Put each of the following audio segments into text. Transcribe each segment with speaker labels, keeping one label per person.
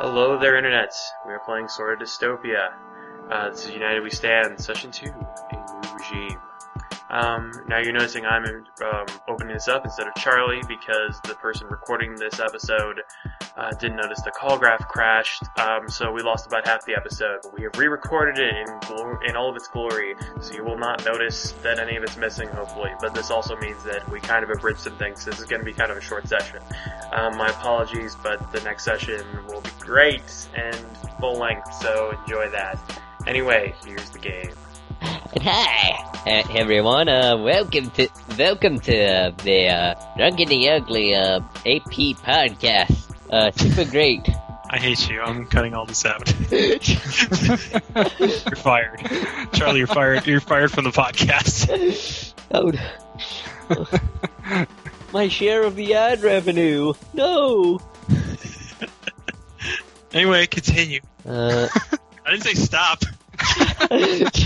Speaker 1: of their internets. We are playing Sword of Dystopia. Uh, this is United We Stand, Session 2, A New Regime. Um, now you're noticing I'm um, opening this up instead of Charlie because the person recording this episode uh, didn't notice the call graph crashed, um, so we lost about half the episode. But we have re-recorded it in glor- in all of its glory, so you will not notice that any of it's missing, hopefully. But this also means that we kind of abridged some things. This is going to be kind of a short session. Um, my apologies, but the next session will be great and full length, so enjoy that. Anyway, here's the game.
Speaker 2: And hi, uh, everyone. Uh, welcome to welcome to uh, the uh, Drunk and the Ugly uh, AP podcast. Uh, super great.
Speaker 3: I hate you. I'm cutting all this out. you're fired, Charlie. You're fired. You're fired from the podcast.
Speaker 2: Oh, my share of the ad revenue. No.
Speaker 3: Anyway, continue.
Speaker 2: Uh,
Speaker 3: I didn't say stop.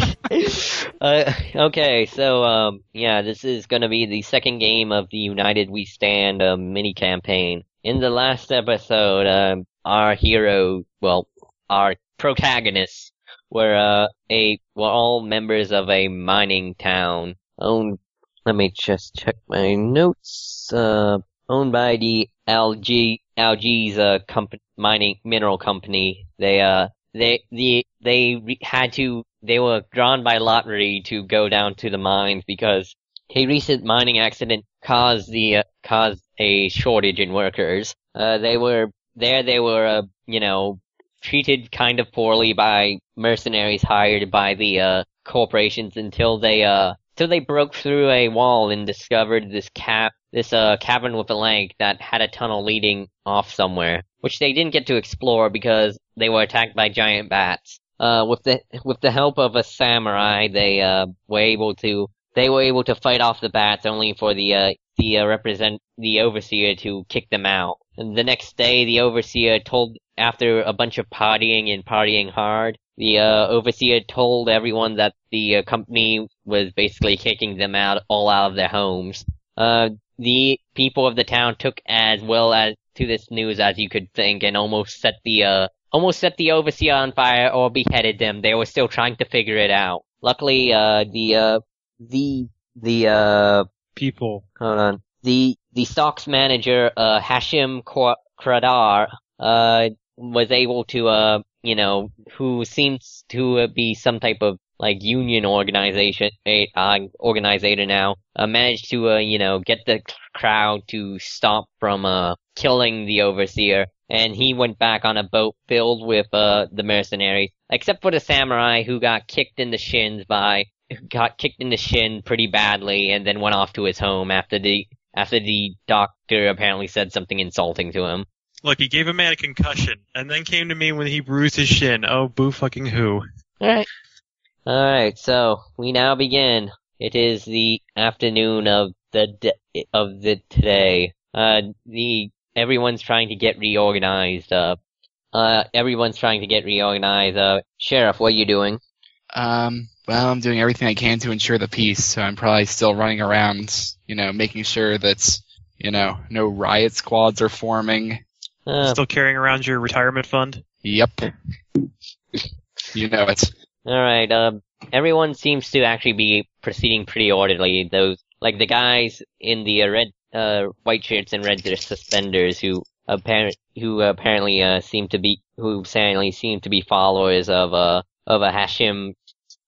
Speaker 2: uh, okay, so um, yeah, this is going to be the second game of the United We Stand uh, mini campaign. In the last episode, um, our hero, well, our protagonists were uh, a were all members of a mining town owned. Let me just check my notes. Uh, owned by the LG LG's uh, comp- mining mineral company. They uh they the they re- had to they were drawn by lottery to go down to the mines because a recent mining accident caused the uh, caused a shortage in workers. Uh, they were there. They were uh, you know treated kind of poorly by mercenaries hired by the uh, corporations until they uh until they broke through a wall and discovered this cap this uh cavern with a lake that had a tunnel leading off somewhere, which they didn't get to explore because they were attacked by giant bats. Uh, with the with the help of a samurai, they uh, were able to they were able to fight off the bats, only for the uh, the uh, represent the overseer to kick them out. And the next day, the overseer told after a bunch of partying and partying hard, the uh, overseer told everyone that the uh, company was basically kicking them out all out of their homes. Uh, the people of the town took as well as to this news as you could think, and almost set the uh, almost set the overseer on fire or beheaded them. They were still trying to figure it out. Luckily, uh, the uh, the the uh,
Speaker 4: people.
Speaker 2: hold on, the the stocks manager, uh, Hashim Kwa- Kradar, uh, was able to, uh, you know, who seems to uh, be some type of like union organization, a, uh, organizer now, uh, managed to, uh, you know, get the c- crowd to stop from, uh, killing the overseer. And he went back on a boat filled with, uh, the mercenaries, except for the samurai who got kicked in the shins by, got kicked in the shin pretty badly and then went off to his home after the, after the doctor apparently said something insulting to him.
Speaker 3: Look, he gave a man a concussion, and then came to me when he bruised his shin. Oh, boo fucking who?
Speaker 2: Alright. Alright, so we now begin. It is the afternoon of the d of the today. Uh, the, everyone's trying to get reorganized, uh, uh, everyone's trying to get reorganized, uh, Sheriff, what are you doing?
Speaker 5: Um, well, I'm doing everything I can to ensure the peace, so I'm probably still running around, you know, making sure that, you know, no riot squads are forming.
Speaker 2: Uh,
Speaker 3: Still carrying around your retirement fund?
Speaker 5: Yep. you know it.
Speaker 2: Alright, um, everyone seems to actually be proceeding pretty orderly. Those, like the guys in the uh, red, uh, white shirts and red suspenders who apparent, who apparently, uh, seem to be, who apparently seem to be followers of, uh, of a Hashim,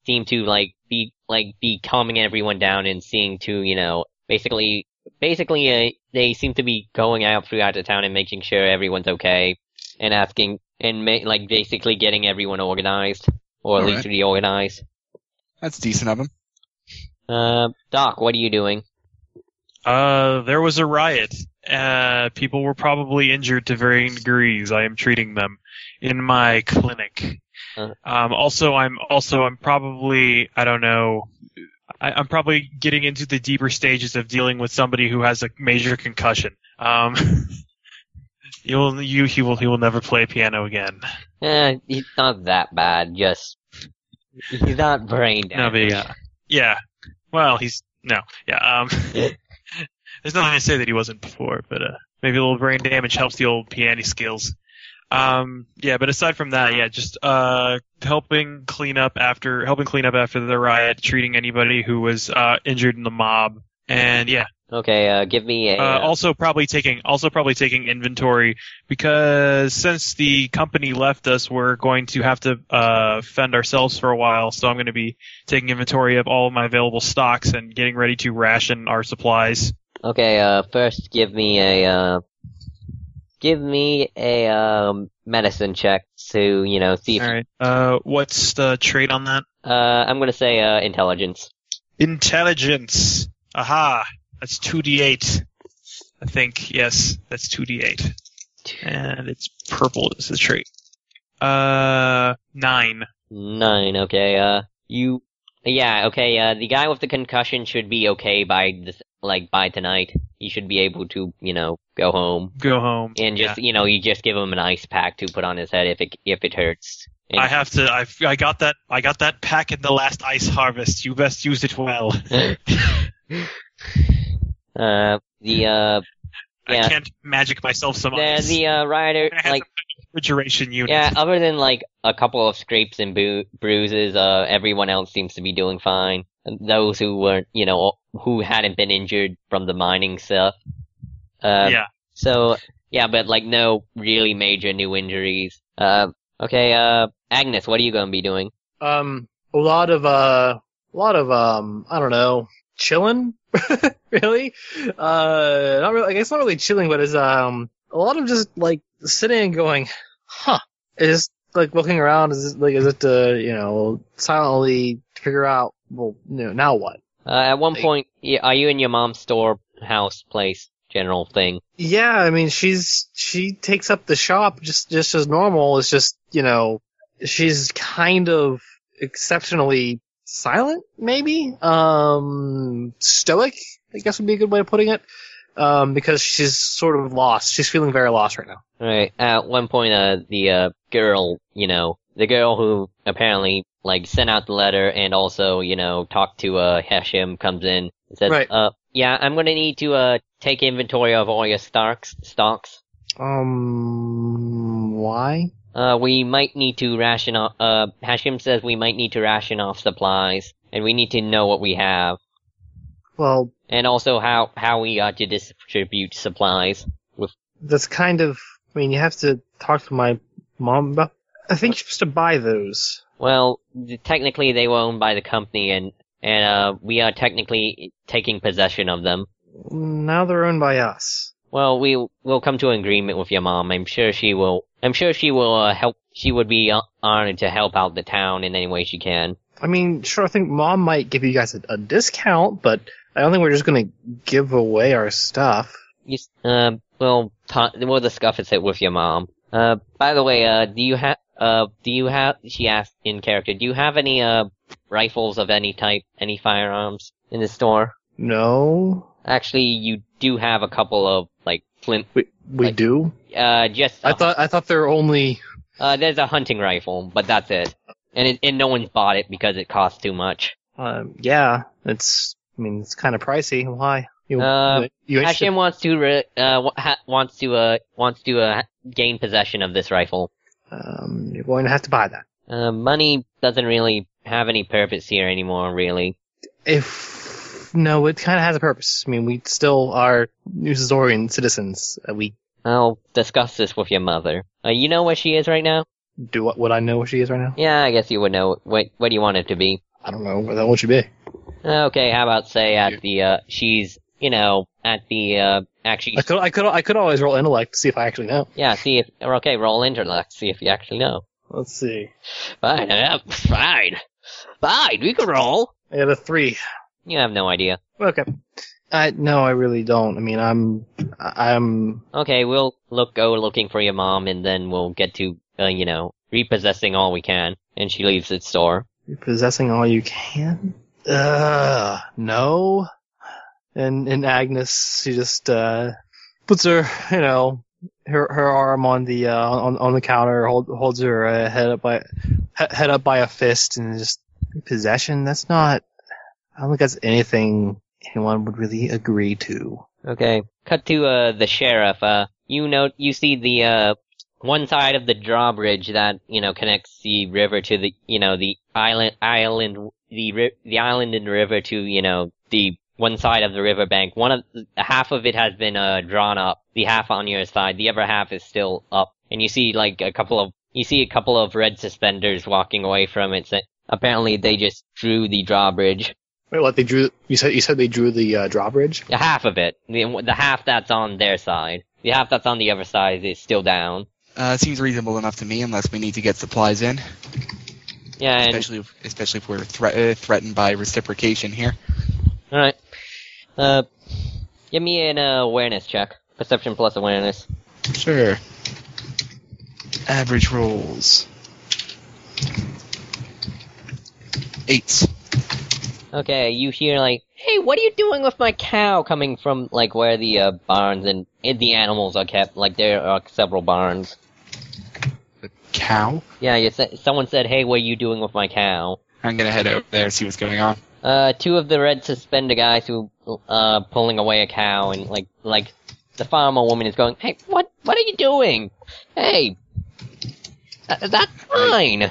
Speaker 2: seem to, like, be, like, be calming everyone down and seeing to, you know, basically, basically, uh, they seem to be going out throughout the town and making sure everyone's okay and asking, and ma- like, basically getting everyone organized or at
Speaker 5: All
Speaker 2: least reorganize.
Speaker 5: That's decent of him.
Speaker 2: Uh, Doc, what are you doing?
Speaker 3: Uh, there was a riot. Uh, people were probably injured to varying degrees. I am treating them in my clinic.
Speaker 2: Uh.
Speaker 3: Um, also, I'm also I'm probably I don't know. I, I'm probably getting into the deeper stages of dealing with somebody who has a major concussion. Um, you will you he will he will never play piano again.
Speaker 2: Eh, he's not that bad. Just he's not brain
Speaker 3: No, but
Speaker 2: damaged.
Speaker 3: yeah, yeah. Well, he's no, yeah. Um, there's nothing to say that he wasn't before, but uh, maybe a little brain damage helps the old piano skills. Um, yeah, but aside from that, yeah, just uh, helping clean up after helping clean up after the riot, treating anybody who was uh, injured in the mob, and yeah,
Speaker 2: Okay, uh, give me a.
Speaker 3: uh, also probably taking also probably taking inventory because since the company left us, we're going to have to uh, fend ourselves for a while. So I'm going to be taking inventory of all of my available stocks and getting ready to ration our supplies.
Speaker 2: okay, uh, first give me a. Uh, give me a um, medicine check to you know see. If,
Speaker 3: All right. Uh, what's the trade on that?
Speaker 2: Uh, I'm gonna say uh, intelligence.
Speaker 3: Intelligence. Aha. That's 2d8. I think, yes, that's 2d8. And it's purple is the trait. Uh, nine.
Speaker 2: Nine. Okay. Uh, you. Yeah. Okay. Uh, the guy with the concussion should be okay by this, like by tonight. He should be able to, you know, go home
Speaker 3: Go home.
Speaker 2: and just, you know, you just give him an ice pack to put on his head if it if it hurts.
Speaker 3: Yeah. I have to, I, I got that, I got that pack in the last ice harvest. You best use it well.
Speaker 2: Uh, the uh,
Speaker 3: I
Speaker 2: Yeah.
Speaker 3: can't magic myself some
Speaker 2: the,
Speaker 3: ice.
Speaker 2: the uh, rider
Speaker 3: I had
Speaker 2: like
Speaker 3: some refrigeration unit.
Speaker 2: yeah. Other than like a couple of scrapes and bu- bruises, uh, everyone else seems to be doing fine. Those who weren't, you know, who hadn't been injured from the mining stuff. Uh,
Speaker 3: yeah.
Speaker 2: So yeah, but like no really major new injuries. Uh, okay, uh, Agnes, what are you gonna be doing?
Speaker 4: Um, a lot of uh, a lot of um, I don't know, chilling. really, uh, not really. I guess not really chilling, but is um, a lot of just like sitting and going, huh? Is like looking around. Is it, like is it to you know silently figure out well, you know, now what?
Speaker 2: Uh, at one
Speaker 4: Hey.
Speaker 2: point, yeah, are you in your mom's store, house, place, general thing?
Speaker 4: Yeah, I mean, she's she takes up the shop just just as normal. It's just you know, she's kind of exceptionally silent, maybe um, stoic. I guess would be a good way of putting it, um, because she's sort of lost. She's feeling very lost right now.
Speaker 2: Right. At one point, uh, the uh, girl, you know, the girl who apparently like sent out the letter and also, you know, talked to uh Hesham comes in and says,
Speaker 4: Right.
Speaker 2: "Uh, yeah, I'm gonna need to uh take inventory of all your stocks. Stocks.
Speaker 4: Um, why?
Speaker 2: Uh, we might need to ration off. Uh, Hashim says we might need to ration off supplies, and we need to know what we have,
Speaker 4: Well,
Speaker 2: and also how how we ought to distribute supplies.
Speaker 4: that's kind of. I mean, you have to talk to my mom about. I think you're supposed to buy those.
Speaker 2: Well, th- technically they were owned by the company, and and uh, we are technically taking possession of them.
Speaker 4: Now they're owned by us.
Speaker 2: Well, we will come to an agreement with your mom. I'm sure she will. I'm sure she will uh, help. She would be uh, honored to help out the town in any way she can.
Speaker 4: I mean, sure, I think mom might give you guys a, a discount, but I don't think we're just gonna give away our stuff.
Speaker 2: You, s- uh, we'll ta we'll discuss it with your mom. Uh, by the way, uh, do you have, uh, do you have, she asked in character, do you have any, uh, rifles of any type, any firearms in the store?
Speaker 4: No,
Speaker 2: Actually, you do have a couple of, like, flint,
Speaker 4: we we
Speaker 2: Like-
Speaker 4: do.
Speaker 2: uh, just,
Speaker 4: I thought I thought they're only.
Speaker 2: uh, there's a hunting rifle, but that's it. And it, and no one's bought it because it costs too much.
Speaker 4: Um, yeah, it's. I mean, it's kind of pricey. Why? You,
Speaker 2: Uh,
Speaker 4: you interested-
Speaker 2: Hashem wants to, re- uh, wa- ha- wants to, uh, wants to, uh, gain possession of this rifle.
Speaker 4: um, you're going to have to buy that.
Speaker 2: Uh, money doesn't really have any purpose here anymore, really.
Speaker 4: If no, it kind of has a purpose. I mean, we still are New Zorian citizens. Uh, We
Speaker 2: I'll discuss this with your mother. Uh, you know where she is right now?
Speaker 4: do what, what I know where she is right now.
Speaker 2: Yeah, I guess you would know. What What do you want it to be? Uh,
Speaker 4: I don't know where the hell would she be.
Speaker 2: Okay, how about say at the uh, she's you know at the uh, actually
Speaker 4: I could I could I could always roll intellect to see if I actually know.
Speaker 2: yeah. See if or okay, roll intellect. See if you actually know.
Speaker 4: Let's see.
Speaker 2: Fine, uh, fine, fine. We can roll.
Speaker 4: I got a three.
Speaker 2: You have no idea.
Speaker 4: Okay. I no, I really don't. I mean, I'm I- I'm
Speaker 2: Okay, we'll look go looking for your mom, and then we'll get to uh, you know repossessing all we can. And she leaves the store.
Speaker 4: possessing all you can. Ugh, no. And and Agnes, she just uh puts her, you know, her her arm on the uh, on on the counter, hold, holds her uh, head up by he- head up by a fist, and just possession. That's not. I don't think that's anything anyone would really agree to.
Speaker 2: Okay. Cut to uh the sheriff. Uh you know you see the uh one side of the drawbridge that you know connects the river to the you know the island island the ri- the island and river to you know the one side of the riverbank. One of half of it has been uh, drawn up. The half on your side, the other half is still up, and you see like a couple of you see a couple of red suspenders walking away from it. So apparently, they just drew the drawbridge,
Speaker 6: Wait, what? They drew. You said you said they drew the uh, drawbridge.
Speaker 2: the half of it, the, the half that's on their side, the half that's on the other side is still down.
Speaker 5: Uh, seems reasonable enough to me, unless we need to get supplies in,
Speaker 2: Yeah, and
Speaker 5: especially if, especially if we're thre- uh, threatened by reciprocation here.
Speaker 2: All right. Uh, give me an uh, awareness check. Perception plus awareness.
Speaker 5: Sure. Average rolls. Eight.
Speaker 2: Okay, you hear like, "Hey, what are you doing with my cow?" Coming from like where the uh, barns and and the animals are kept. Like there are several barns.
Speaker 5: Cow.
Speaker 2: Yeah, you sa- someone said, "Hey, what are you doing with my cow?"
Speaker 5: I'm gonna head over there and see what's going on.
Speaker 2: Uh, two of the red suspender guys who uh pulling away a cow and like like the farmer woman is going, "Hey, what what are you doing? Hey, uh, that's mine."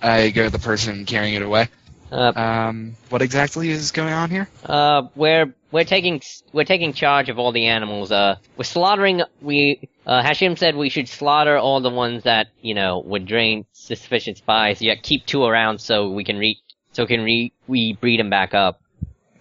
Speaker 5: I go to the person carrying it away.
Speaker 2: Uh,
Speaker 5: Um, what exactly is going on here?
Speaker 2: Uh, we're we're taking we're taking charge of all the animals. Uh, we're slaughtering. We uh, Hashim said we should slaughter all the ones that you know would drain suspicious spies. Yet keep two around so we can re so can re we breed them back up.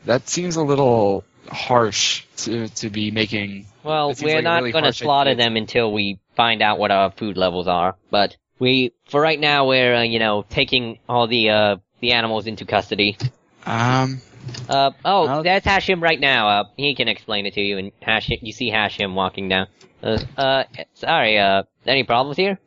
Speaker 5: That seems a little harsh to to be making.
Speaker 2: Well,
Speaker 5: That seems
Speaker 2: we're
Speaker 5: like a
Speaker 2: not
Speaker 5: really
Speaker 2: going to
Speaker 5: harsh
Speaker 2: slaughter
Speaker 5: idea.
Speaker 2: them until we find out what our food levels are. But we for right now we're uh, you know taking all the uh the animals into custody.
Speaker 5: Um,
Speaker 2: Uh oh,
Speaker 5: I'll-
Speaker 2: there's Hashim right now. Uh, he can explain it to you. And Hashim, you see Hashim walking down. Uh, uh sorry. Uh, any problems here?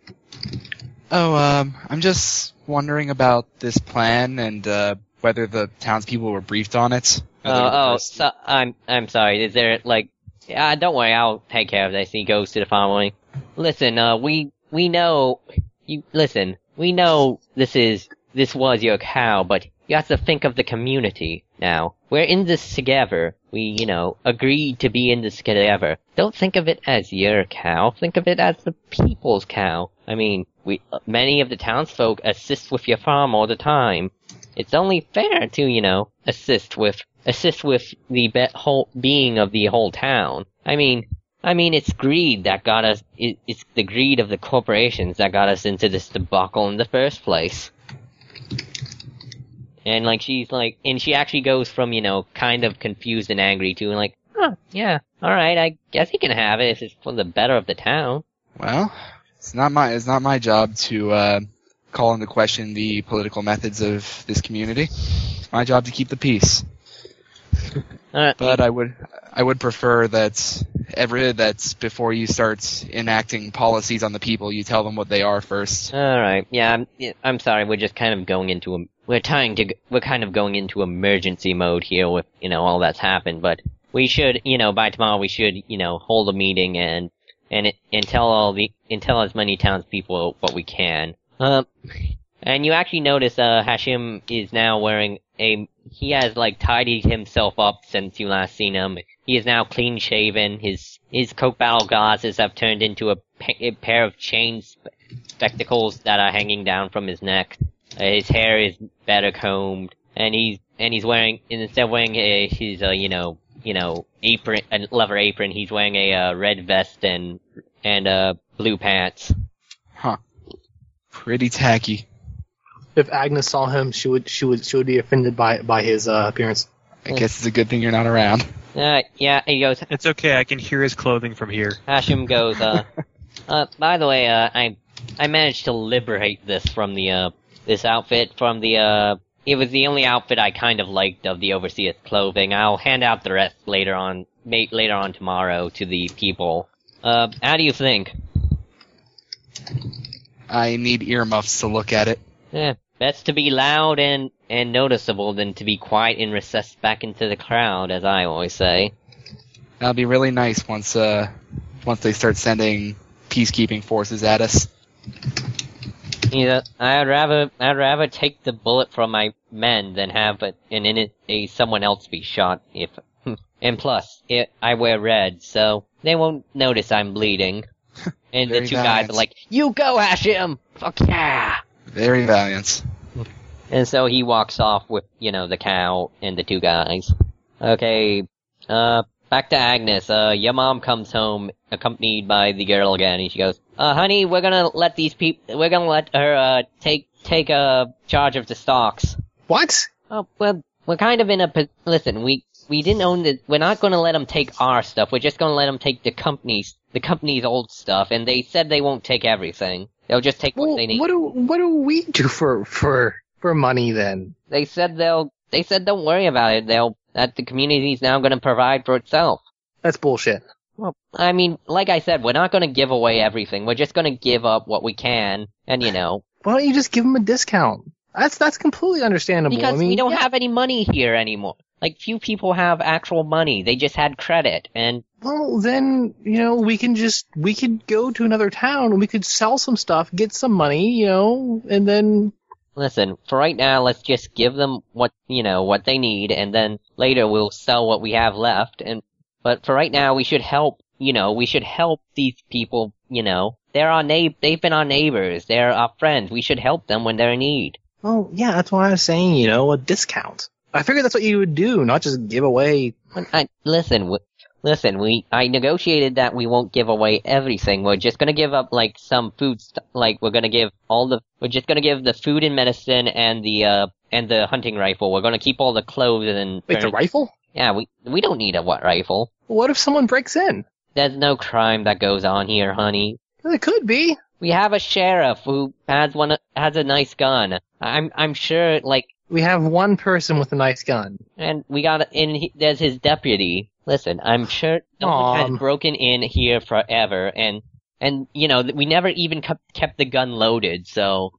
Speaker 5: oh, um, I'm just wondering about this plan and uh, whether the townspeople were briefed on it.
Speaker 2: Oh,
Speaker 5: Whether the
Speaker 2: oh,
Speaker 5: person-
Speaker 2: so, I'm I'm sorry. Is there like? Uh, don't worry. I'll take care of this. He goes to the family. Listen. Uh, we we know. You listen. We know this is this was your cow, but you have to think of the community now. We're in this together. We, you know, agreed to be in this together. Don't think of it as your cow. Think of it as the people's cow. I mean, we many of the townsfolk assist with your farm all the time it's only fair to you know assist with assist with the be- whole being of the whole town. I mean, I mean it's greed that got us. It, it's the greed of the corporations that got us into this debacle in the first place. And like she's like, and she actually goes from you know kind of confused and angry to like, huh, yeah, all right, I guess he can have it if it's for the better of the town.
Speaker 5: Well, it's not my it's not my job to uh, call into question the political methods of this community. It's my job to keep the peace.
Speaker 2: Uh,
Speaker 5: But I would I would prefer that every that before you start enacting policies on the people, you tell them what they are first.
Speaker 2: All right. Yeah, I'm. yeah, I'm sorry. We're just kind of going into a. We're trying to. g- We're kind of going into emergency mode here with you know all that's happened. But we should, you know, by tomorrow we should, you know, hold a meeting and and it, and tell all the and tell as many townspeople what we can. Um, and you actually notice uh Hashim is now wearing a. He has like tidied himself up since you last seen him. He is now clean shaven. His his coke bottle glasses have turned into a, pa- a pair of chains spectacles that are hanging down from his neck. Uh, His hair is better combed, and he's and he's wearing and instead of wearing a, his uh, you know you know apron a leather apron, he's wearing a uh, red vest and and uh blue pants.
Speaker 5: Pretty tacky.
Speaker 4: If Agnes saw him, she would she would she would be offended by by his uh, appearance.
Speaker 5: I
Speaker 2: Mm.
Speaker 5: guess it's a good thing you're not around.
Speaker 2: Uh, yeah, he goes.
Speaker 3: It's okay. I can hear his clothing from here.
Speaker 2: Hashim goes. Uh, uh, by the way, uh, I I managed to liberate this from the uh this outfit from the uh. It was the only outfit I kind of liked of the overseer's clothing. I'll hand out the rest later on, ma- later on tomorrow to the people. Uh, how do you think?
Speaker 5: I need earmuffs to look at it.
Speaker 2: Eh, best to be loud and and noticeable than to be quiet and recessed back into the crowd, as I always say.
Speaker 5: That'll be really nice once uh once they start sending peacekeeping forces at us.
Speaker 2: You know, I'd rather I'd rather take the bullet from my men than have a, an in it, a someone else be shot. If and plus, it, I wear red, so they won't notice I'm bleeding. And the
Speaker 5: Very
Speaker 2: two guys
Speaker 5: nice.
Speaker 2: are like, "You go, Hashim! Fuck yeah!"
Speaker 5: Very valiant.
Speaker 2: And so he walks off with, you know, the cow and the two guys. Okay, uh, back to Agnes. Uh, your mom comes home accompanied by the girl again, and she goes, "Uh, honey, we're gonna let these people. We're gonna let her uh take take uh charge of the stocks."
Speaker 6: What?
Speaker 2: Oh, well, we're kind of in a po- listen. We we didn't own the. We're not going to let them take our stuff. We're just going to let them take the company's the company's old stuff. And they said they won't take everything. They'll just take
Speaker 4: Well,
Speaker 2: what they need.
Speaker 4: what do what do we do for for for money then?
Speaker 2: They said they'll. They said don't worry about it. They'll that the community's now going to provide for itself.
Speaker 4: That's bullshit.
Speaker 2: Well, I mean, like I said, we're not going to give away everything. We're just going to give up what we can, and you know,
Speaker 4: Why don't you just give them a discount? That's that's completely understandable.
Speaker 2: because
Speaker 4: I mean,
Speaker 2: we don't have any money here anymore. Like few people have actual money. They just had credit, and
Speaker 4: Well, then you know we can just we could go to another town and we could sell some stuff, get some money, you know, and then
Speaker 2: Listen, for right now, let's just give them what, you know, what they need, and then later we'll sell what we have left, and, but for right now, we should help, you know, we should help these people, you know. They're our neigh- they've been our neighbors, they're our friends, we should help them when they're in need.
Speaker 4: well, yeah, that's why I was saying, you know, a discount. I figured that's what you would do, not just give away.
Speaker 2: When I, listen, w- listen, we, I negotiated that we won't give away everything, we're just gonna give up, like, some food, st- like, we're gonna give all the, we're just gonna give the food and medicine and the, uh, and the hunting rifle, we're gonna keep all the clothes and
Speaker 6: Wait, the
Speaker 2: furniture.
Speaker 6: rifle?
Speaker 2: Yeah, we we don't need a what rifle.
Speaker 4: What if someone breaks in?
Speaker 2: There's no crime that goes on here, honey.
Speaker 4: It could be.
Speaker 2: We have a sheriff who has one has a nice gun. I'm I'm sure like
Speaker 4: We have one person with a nice gun.
Speaker 2: and we got in he- there's his deputy. Listen, I'm sure no one
Speaker 4: Um.
Speaker 2: has broken in here forever and and you know we never even kept kept the gun loaded. So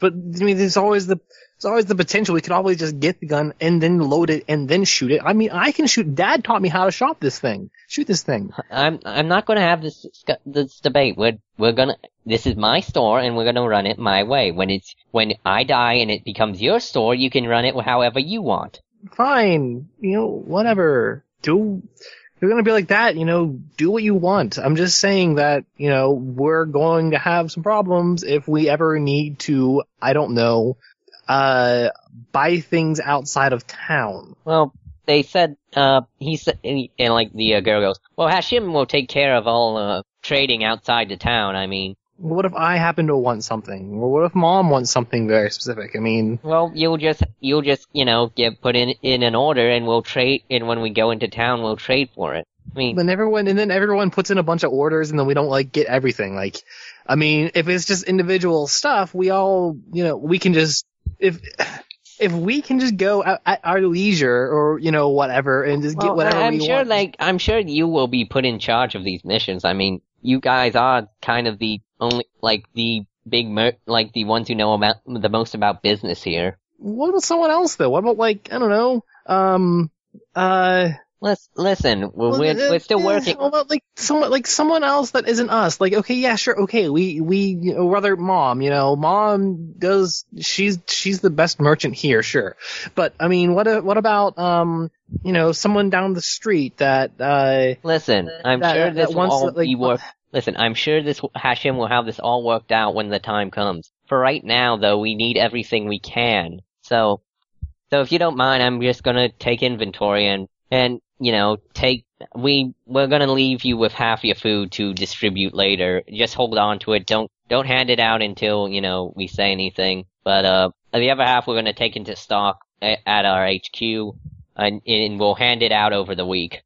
Speaker 4: But I mean, there's always the there's always the potential. We could always just get the gun and then load it and then shoot it. I mean, I can shoot. Dad taught me how to shop this thing. Shoot this thing.
Speaker 2: I'm I'm not going to have this discu- this debate. We're we're gonna this is my store and we're gonna run it my way. When it's when I die and it becomes your store, you can run it however you want.
Speaker 4: Fine, you know, whatever. Do you're gonna be like that? You know, do what you want. I'm just saying that you know we're going to have some problems if we ever need to. I don't know. Uh, buy things outside of town.
Speaker 2: Well, they said uh he said and, and like the uh, girl goes, well Hashim will take care of all uh, trading outside the town. I mean,
Speaker 4: What if I happen to want something, or what if Mom wants something very specific? I mean,
Speaker 2: well you'll just you'll just you know get put in in an order and we'll trade. And when we go into town, we'll trade for it. I mean,
Speaker 4: then everyone and then everyone puts in a bunch of orders and then we don't like get everything like i mean if it's just individual stuff we all you know we can just if if we can just go at, at our leisure or you know whatever and just get
Speaker 2: Well,
Speaker 4: whatever
Speaker 2: I- I'm
Speaker 4: we
Speaker 2: sure,
Speaker 4: want
Speaker 2: like, I'm sure you will be put in charge of these missions. I mean, you guys are kind of the only, like, the big, mer- like, the ones who know about the most about business here.
Speaker 4: what about someone else though what about like i don't know um uh
Speaker 2: Let's listen. We're
Speaker 4: well,
Speaker 2: we're,
Speaker 4: uh,
Speaker 2: we're still
Speaker 4: yeah,
Speaker 2: working.
Speaker 4: what about like someone like someone else that isn't us like okay yeah sure okay we we you know, rather mom you know mom does she's she's the best merchant here sure but i mean what a- what about um you know someone down the street that uh
Speaker 2: Listen, I'm
Speaker 4: that-
Speaker 2: sure
Speaker 4: that-
Speaker 2: this
Speaker 4: that
Speaker 2: will
Speaker 4: wants
Speaker 2: all
Speaker 4: to, like,
Speaker 2: be work. Listen, I'm sure this Hashim will have this all worked out when the time comes. For right now, though, we need everything we can. So, so if you don't mind, I'm just gonna take inventory and and you know take we we're gonna leave you with half your food to distribute later. Just hold on to it. Don't don't hand it out until you know we say anything. But uh, the other half we're gonna take into stock a- at our HQ, and, and we'll hand it out over the week.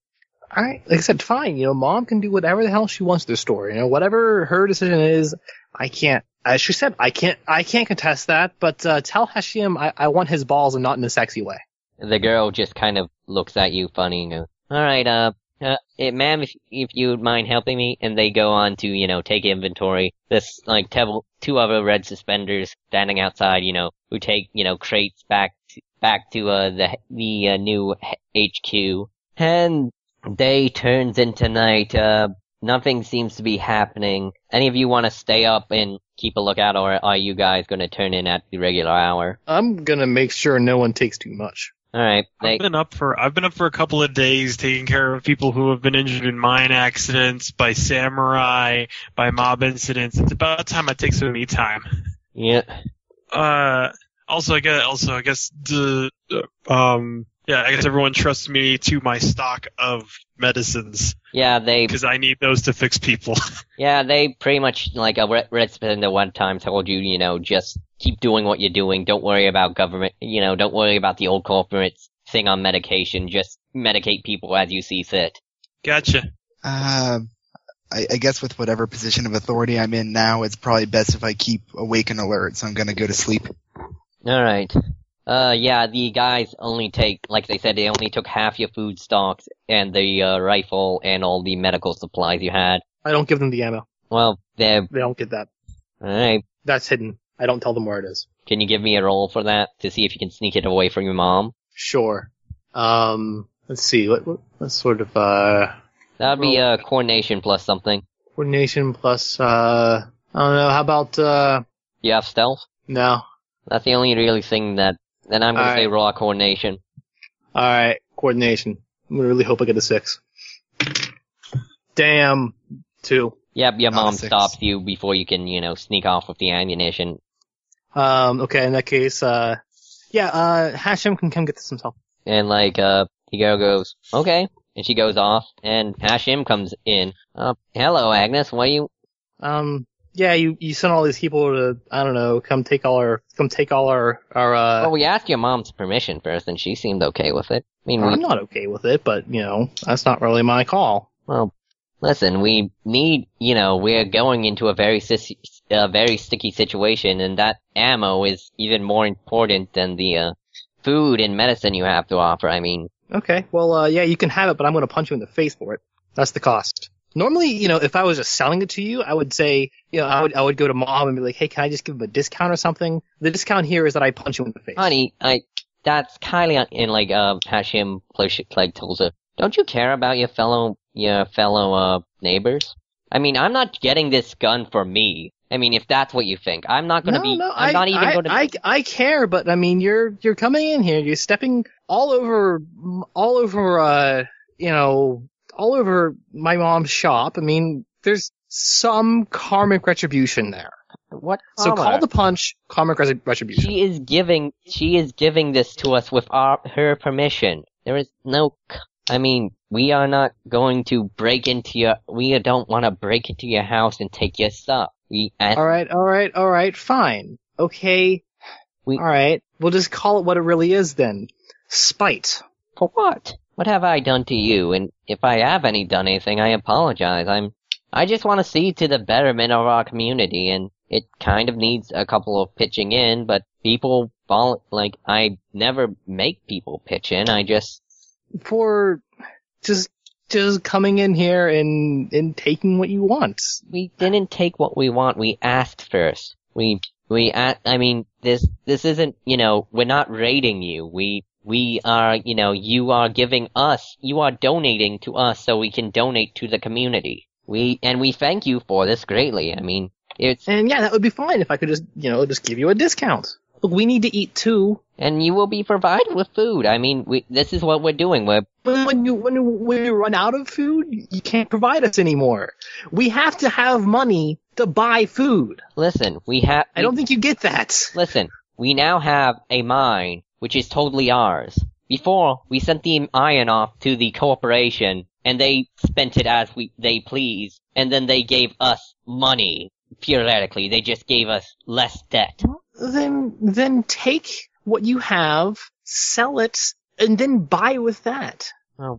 Speaker 4: all right like i said fine you know mom can do whatever the hell she wants to the store you know whatever her decision is i can't as she said i can't i can't contest that but uh tell hashim i, I want his balls and not in a sexy way
Speaker 2: the girl just kind of looks at you funny and goes, "All right, uh, uh eh, ma'am, if if you would mind helping me." And they go on to you know take inventory. This like tev- two other red suspenders standing outside, you know, who take you know crates back to, back to uh the the uh, new HQ. And day turns into night. Uh, nothing seems to be happening. Any of you want to stay up and keep a lookout, or are you guys going to turn in at the regular hour?
Speaker 4: i'm gonna make sure no one takes too much
Speaker 2: All right.
Speaker 3: I've
Speaker 2: They,
Speaker 3: been up for I've been up for a couple of days taking care of people who have been injured in mine accidents, by samurai, by mob incidents. It's about time I take some me time.
Speaker 2: yeah.
Speaker 3: Uh, also I guess also I guess the um yeah I guess everyone trusts me to my stock of medicines
Speaker 2: Yeah, they
Speaker 3: because I need those to fix people.
Speaker 2: Yeah, they pretty much like a red red spin at one time told you, you know, just keep doing what you're doing. Don't worry about government, you know, don't worry about the old corporate thing on medication. Just medicate people as you see fit.
Speaker 3: gotcha.
Speaker 5: Uh, I, I guess with whatever position of authority I'm in now, it's probably best if I keep awake and alert. So I'm gonna go to sleep.
Speaker 2: All right. Uh, yeah, the guys only take, like they said, they only took half your food stocks and the uh, rifle and all the medical supplies you had.
Speaker 4: I don't give them the ammo.
Speaker 2: Well, they're
Speaker 4: They don't get that.
Speaker 2: all right.
Speaker 4: That's hidden. I don't tell them where it is.
Speaker 2: Can you give me a roll for that to see if you can sneak it away from your mom?
Speaker 4: Sure.
Speaker 6: Um, let's see. What, what, what sort of uh,
Speaker 2: That'd be uh, coordination plus something.
Speaker 4: Coordination plus, uh, I don't know. How about, uh,
Speaker 2: You have stealth.
Speaker 4: no.
Speaker 2: That's the only really thing that. Then I'm gonna
Speaker 4: Alright.
Speaker 2: say raw coordination.
Speaker 4: Alright, coordination. I really hope I get a six. Damn. Two.
Speaker 2: Yep, your
Speaker 5: Not a
Speaker 2: mom
Speaker 5: six.
Speaker 2: stops you before you can, you know, sneak off with the ammunition.
Speaker 4: Um, okay, in that case, uh, yeah, uh, Hashem can come get this himself.
Speaker 2: And like, uh, the girl goes, okay. And she goes off, and Hashim comes in. Uh, hello, Agnes, what are you?
Speaker 4: Um, yeah, you, you sent all these people to, I don't know, come take all our, come take all our, our, uh,
Speaker 2: well, we asked your mom's permission first, and she seemed okay with it. I mean,
Speaker 4: I'm
Speaker 2: we,
Speaker 4: not okay with it, but, you know, that's not really my call.
Speaker 2: well, listen, we need, you know, we're going into a very, sis- a very sticky situation, and that ammo is even more important than the, uh, food and medicine you have to offer. I mean,
Speaker 4: Okay, well, uh, yeah, you can have it, but I'm going to punch you in the face for it. That's the cost. Normally, you know, if I was just selling it to you, I would say, you know, I would, I would go to mom and be like, hey, can I just give him a discount or something? The discount here is that I punch you in the face.
Speaker 2: honey, I that's Kylie on- and like uh Hashim Plush like tells her, Don't you care about your fellow your fellow uh neighbors? I mean, I'm not getting this gun for me. I mean, if that's what you think, I'm not gonna
Speaker 4: no,
Speaker 2: be.
Speaker 4: no,
Speaker 2: I'm
Speaker 4: I,
Speaker 2: not even
Speaker 4: I,
Speaker 2: gonna.
Speaker 4: I, I care, but I mean, you're, you're coming in here, you're stepping all over, all over, uh, you know, all over my mom's shop. I mean, there's some karmic retribution there.
Speaker 2: what?
Speaker 4: So
Speaker 2: karma?
Speaker 4: call the punch karmic res- retribution.
Speaker 2: She is giving. She is giving this to us with our her permission. There is no. c- I mean, we are not going to break into your. We don't want to break into your house and take your stuff. We ask
Speaker 4: All right, all right, all right, fine. Okay.
Speaker 2: We-
Speaker 4: all right. We'll just call it what it really is then. Spite.
Speaker 2: For what? What have I done to you? And if I have any done anything, I apologize. I'm I just want to see to the betterment of our community and it kind of needs a couple of pitching in, but people vol like I never make people pitch in. I just
Speaker 4: For just just coming in here and and taking what you want.
Speaker 2: we didn't take what we want. We asked first. We we a- I mean this this isn't you know we're not raiding you. We we are you know you are giving us you are donating to us so we can donate to the community. We and we thank you for this greatly. I mean it's
Speaker 4: And yeah, that would be fine if I could just, you know, just give you a discount. Look, we need to eat too.
Speaker 2: and you will be provided with food. I mean we this is what we're doing. We're
Speaker 4: When when you when you- when you run out of food, you can't provide us anymore. We have to have money to buy food.
Speaker 2: listen. We have.
Speaker 4: I don't think you get that.
Speaker 2: Listen, we now have a mine which is totally ours. Before, we sent the iron off to the corporation, and they spent it as we they pleased, and then they gave us money. Theoretically, they just gave us less debt.
Speaker 4: then then take what you have, sell it, and then buy with that.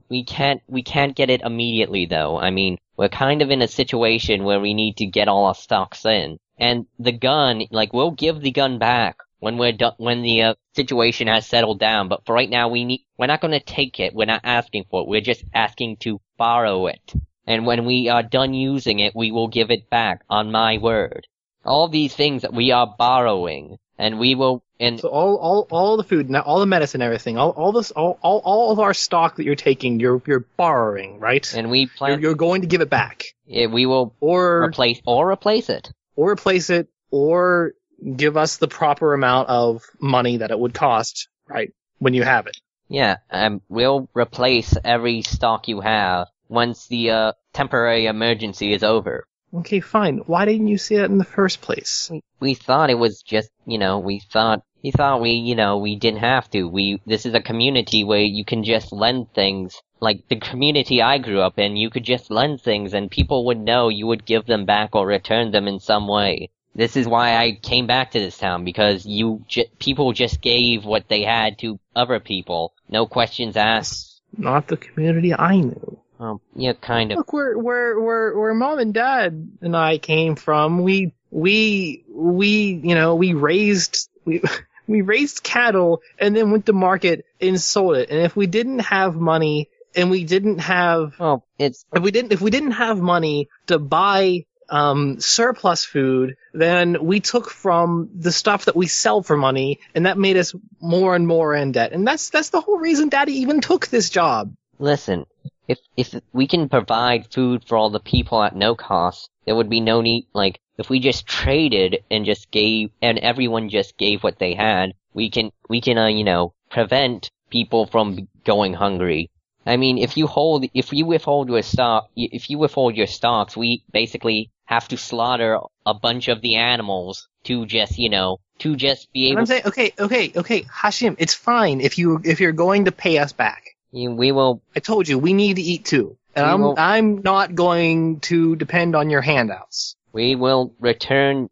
Speaker 2: We can't we can't get it immediately though. I mean, we're kind of in a situation where we need to get all our stocks in. And the gun, like we'll give the gun back when we're done, when the uh, situation has settled down, but for right now we need we're not going to take it. We're not asking for it. We're just asking to borrow it. And when we are done using it, we will give it back on my word. All these things that we are borrowing and we will and
Speaker 4: So all all all the food, now all the medicine, everything, all all this, all all, all of our stock that you're taking, you're you're borrowing, right?
Speaker 2: and we
Speaker 4: You're,
Speaker 2: plan
Speaker 4: you're going to give it back,
Speaker 2: yeah, we will
Speaker 4: or
Speaker 2: replace or replace it.
Speaker 4: or replace it, or give us the proper amount of money that it would cost, right? When you have it.
Speaker 2: Yeah, um, we'll replace every stock you have once the uh, temporary emergency is over.
Speaker 4: Okay, fine. Why didn't you say that in the first place?
Speaker 2: We thought it was just, you know, we thought he thought we, you know, we didn't have to. We this is a community where you can just lend things. Like the community I grew up in, you could just lend things and people would know you would give them back or return them in some way. This is why I came back to this town because you ju- people just gave what they had to other people, no questions asked.
Speaker 4: Not the community I knew.
Speaker 2: Um, yeah, kind of.
Speaker 4: Look, where where where where mom and dad and I came from, we we we you know we raised we. We raised cattle and then went to market and sold it. And if we didn't have money and we didn't have
Speaker 2: Well, Oh, it's
Speaker 4: if we didn't if we didn't have money to buy um, surplus food, then we took from the stuff that we sell for money, and that made us more and more in debt. And that's that's the whole reason Daddy even took this job.
Speaker 2: listen. If if we can provide food for all the people at no cost, there would be no need. Like if we just traded and just gave, and everyone just gave what they had, we can we can uh, you know prevent people from going hungry. I mean, if you hold, if you withhold your stock, if you withhold your stocks, we basically have to slaughter a bunch of the animals to just, you know, to just be
Speaker 4: And
Speaker 2: able.
Speaker 4: I'm saying, okay, okay, okay, Hashim, it's fine if you if you're going to pay us back.
Speaker 2: You- we will
Speaker 4: I told you we need to eat too, and
Speaker 2: We
Speaker 4: I'm
Speaker 2: won't-
Speaker 4: I'm not going to depend on your handouts.
Speaker 2: We will return.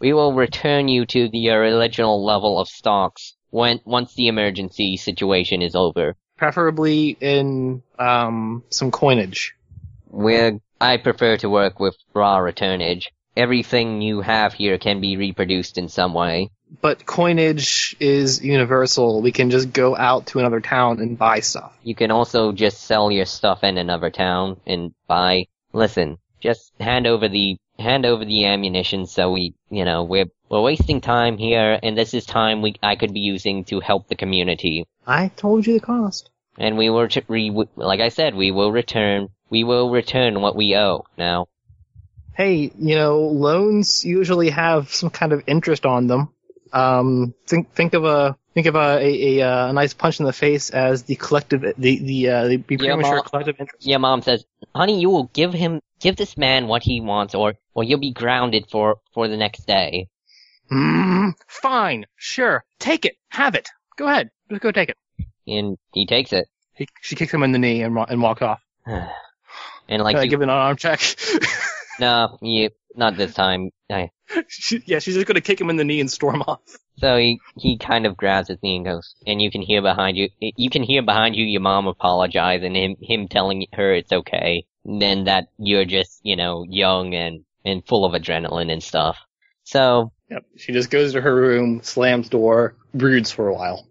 Speaker 2: We will return you to the original level of stocks when once the emergency situation is over.
Speaker 4: Preferably in um some coinage.
Speaker 2: We're, I prefer to work with raw returnage. Everything you have here can be reproduced in some way.
Speaker 4: but coinage is universal. We can just go out to another town and buy stuff.
Speaker 2: You can also just sell your stuff in another town and buy. Listen, just hand over the hand over the ammunition. So we, you know, we're we're wasting time here, and this is time we I could be using to help the community.
Speaker 4: I told you the cost.
Speaker 2: and we will t- re- w- like I said, we will return. We will return what we owe. Now,
Speaker 4: Hey, you know, loans usually have some kind of interest on them. Um, think think of a think of a a, a, uh, a nice punch in the face as the collective the the uh, the
Speaker 2: Yeah,
Speaker 4: the premature
Speaker 2: Mark.
Speaker 4: collective interest.
Speaker 2: your mom says, "Honey, you will give him, give this man what he wants, or or you'll be grounded for for the next day."
Speaker 4: Mm, fine, sure, take it, have it. Go ahead, just go take it.
Speaker 2: And he takes it,
Speaker 4: He, she kicks him in the knee and wa- and walked off.
Speaker 2: and
Speaker 4: Like
Speaker 2: like, you,
Speaker 4: give it an arm check.
Speaker 2: no, you, not this time. I-
Speaker 4: she, yeah, she's just gonna kick him in the knee and storm off.
Speaker 2: So he he kind of grabs his knee and goes, and you can hear behind you, you can hear behind you your mom apologize and him him telling her it's okay, and then that you're just you know young and and full of adrenaline and stuff. So
Speaker 4: Yep. She just goes to her room, slams door, broods for a while.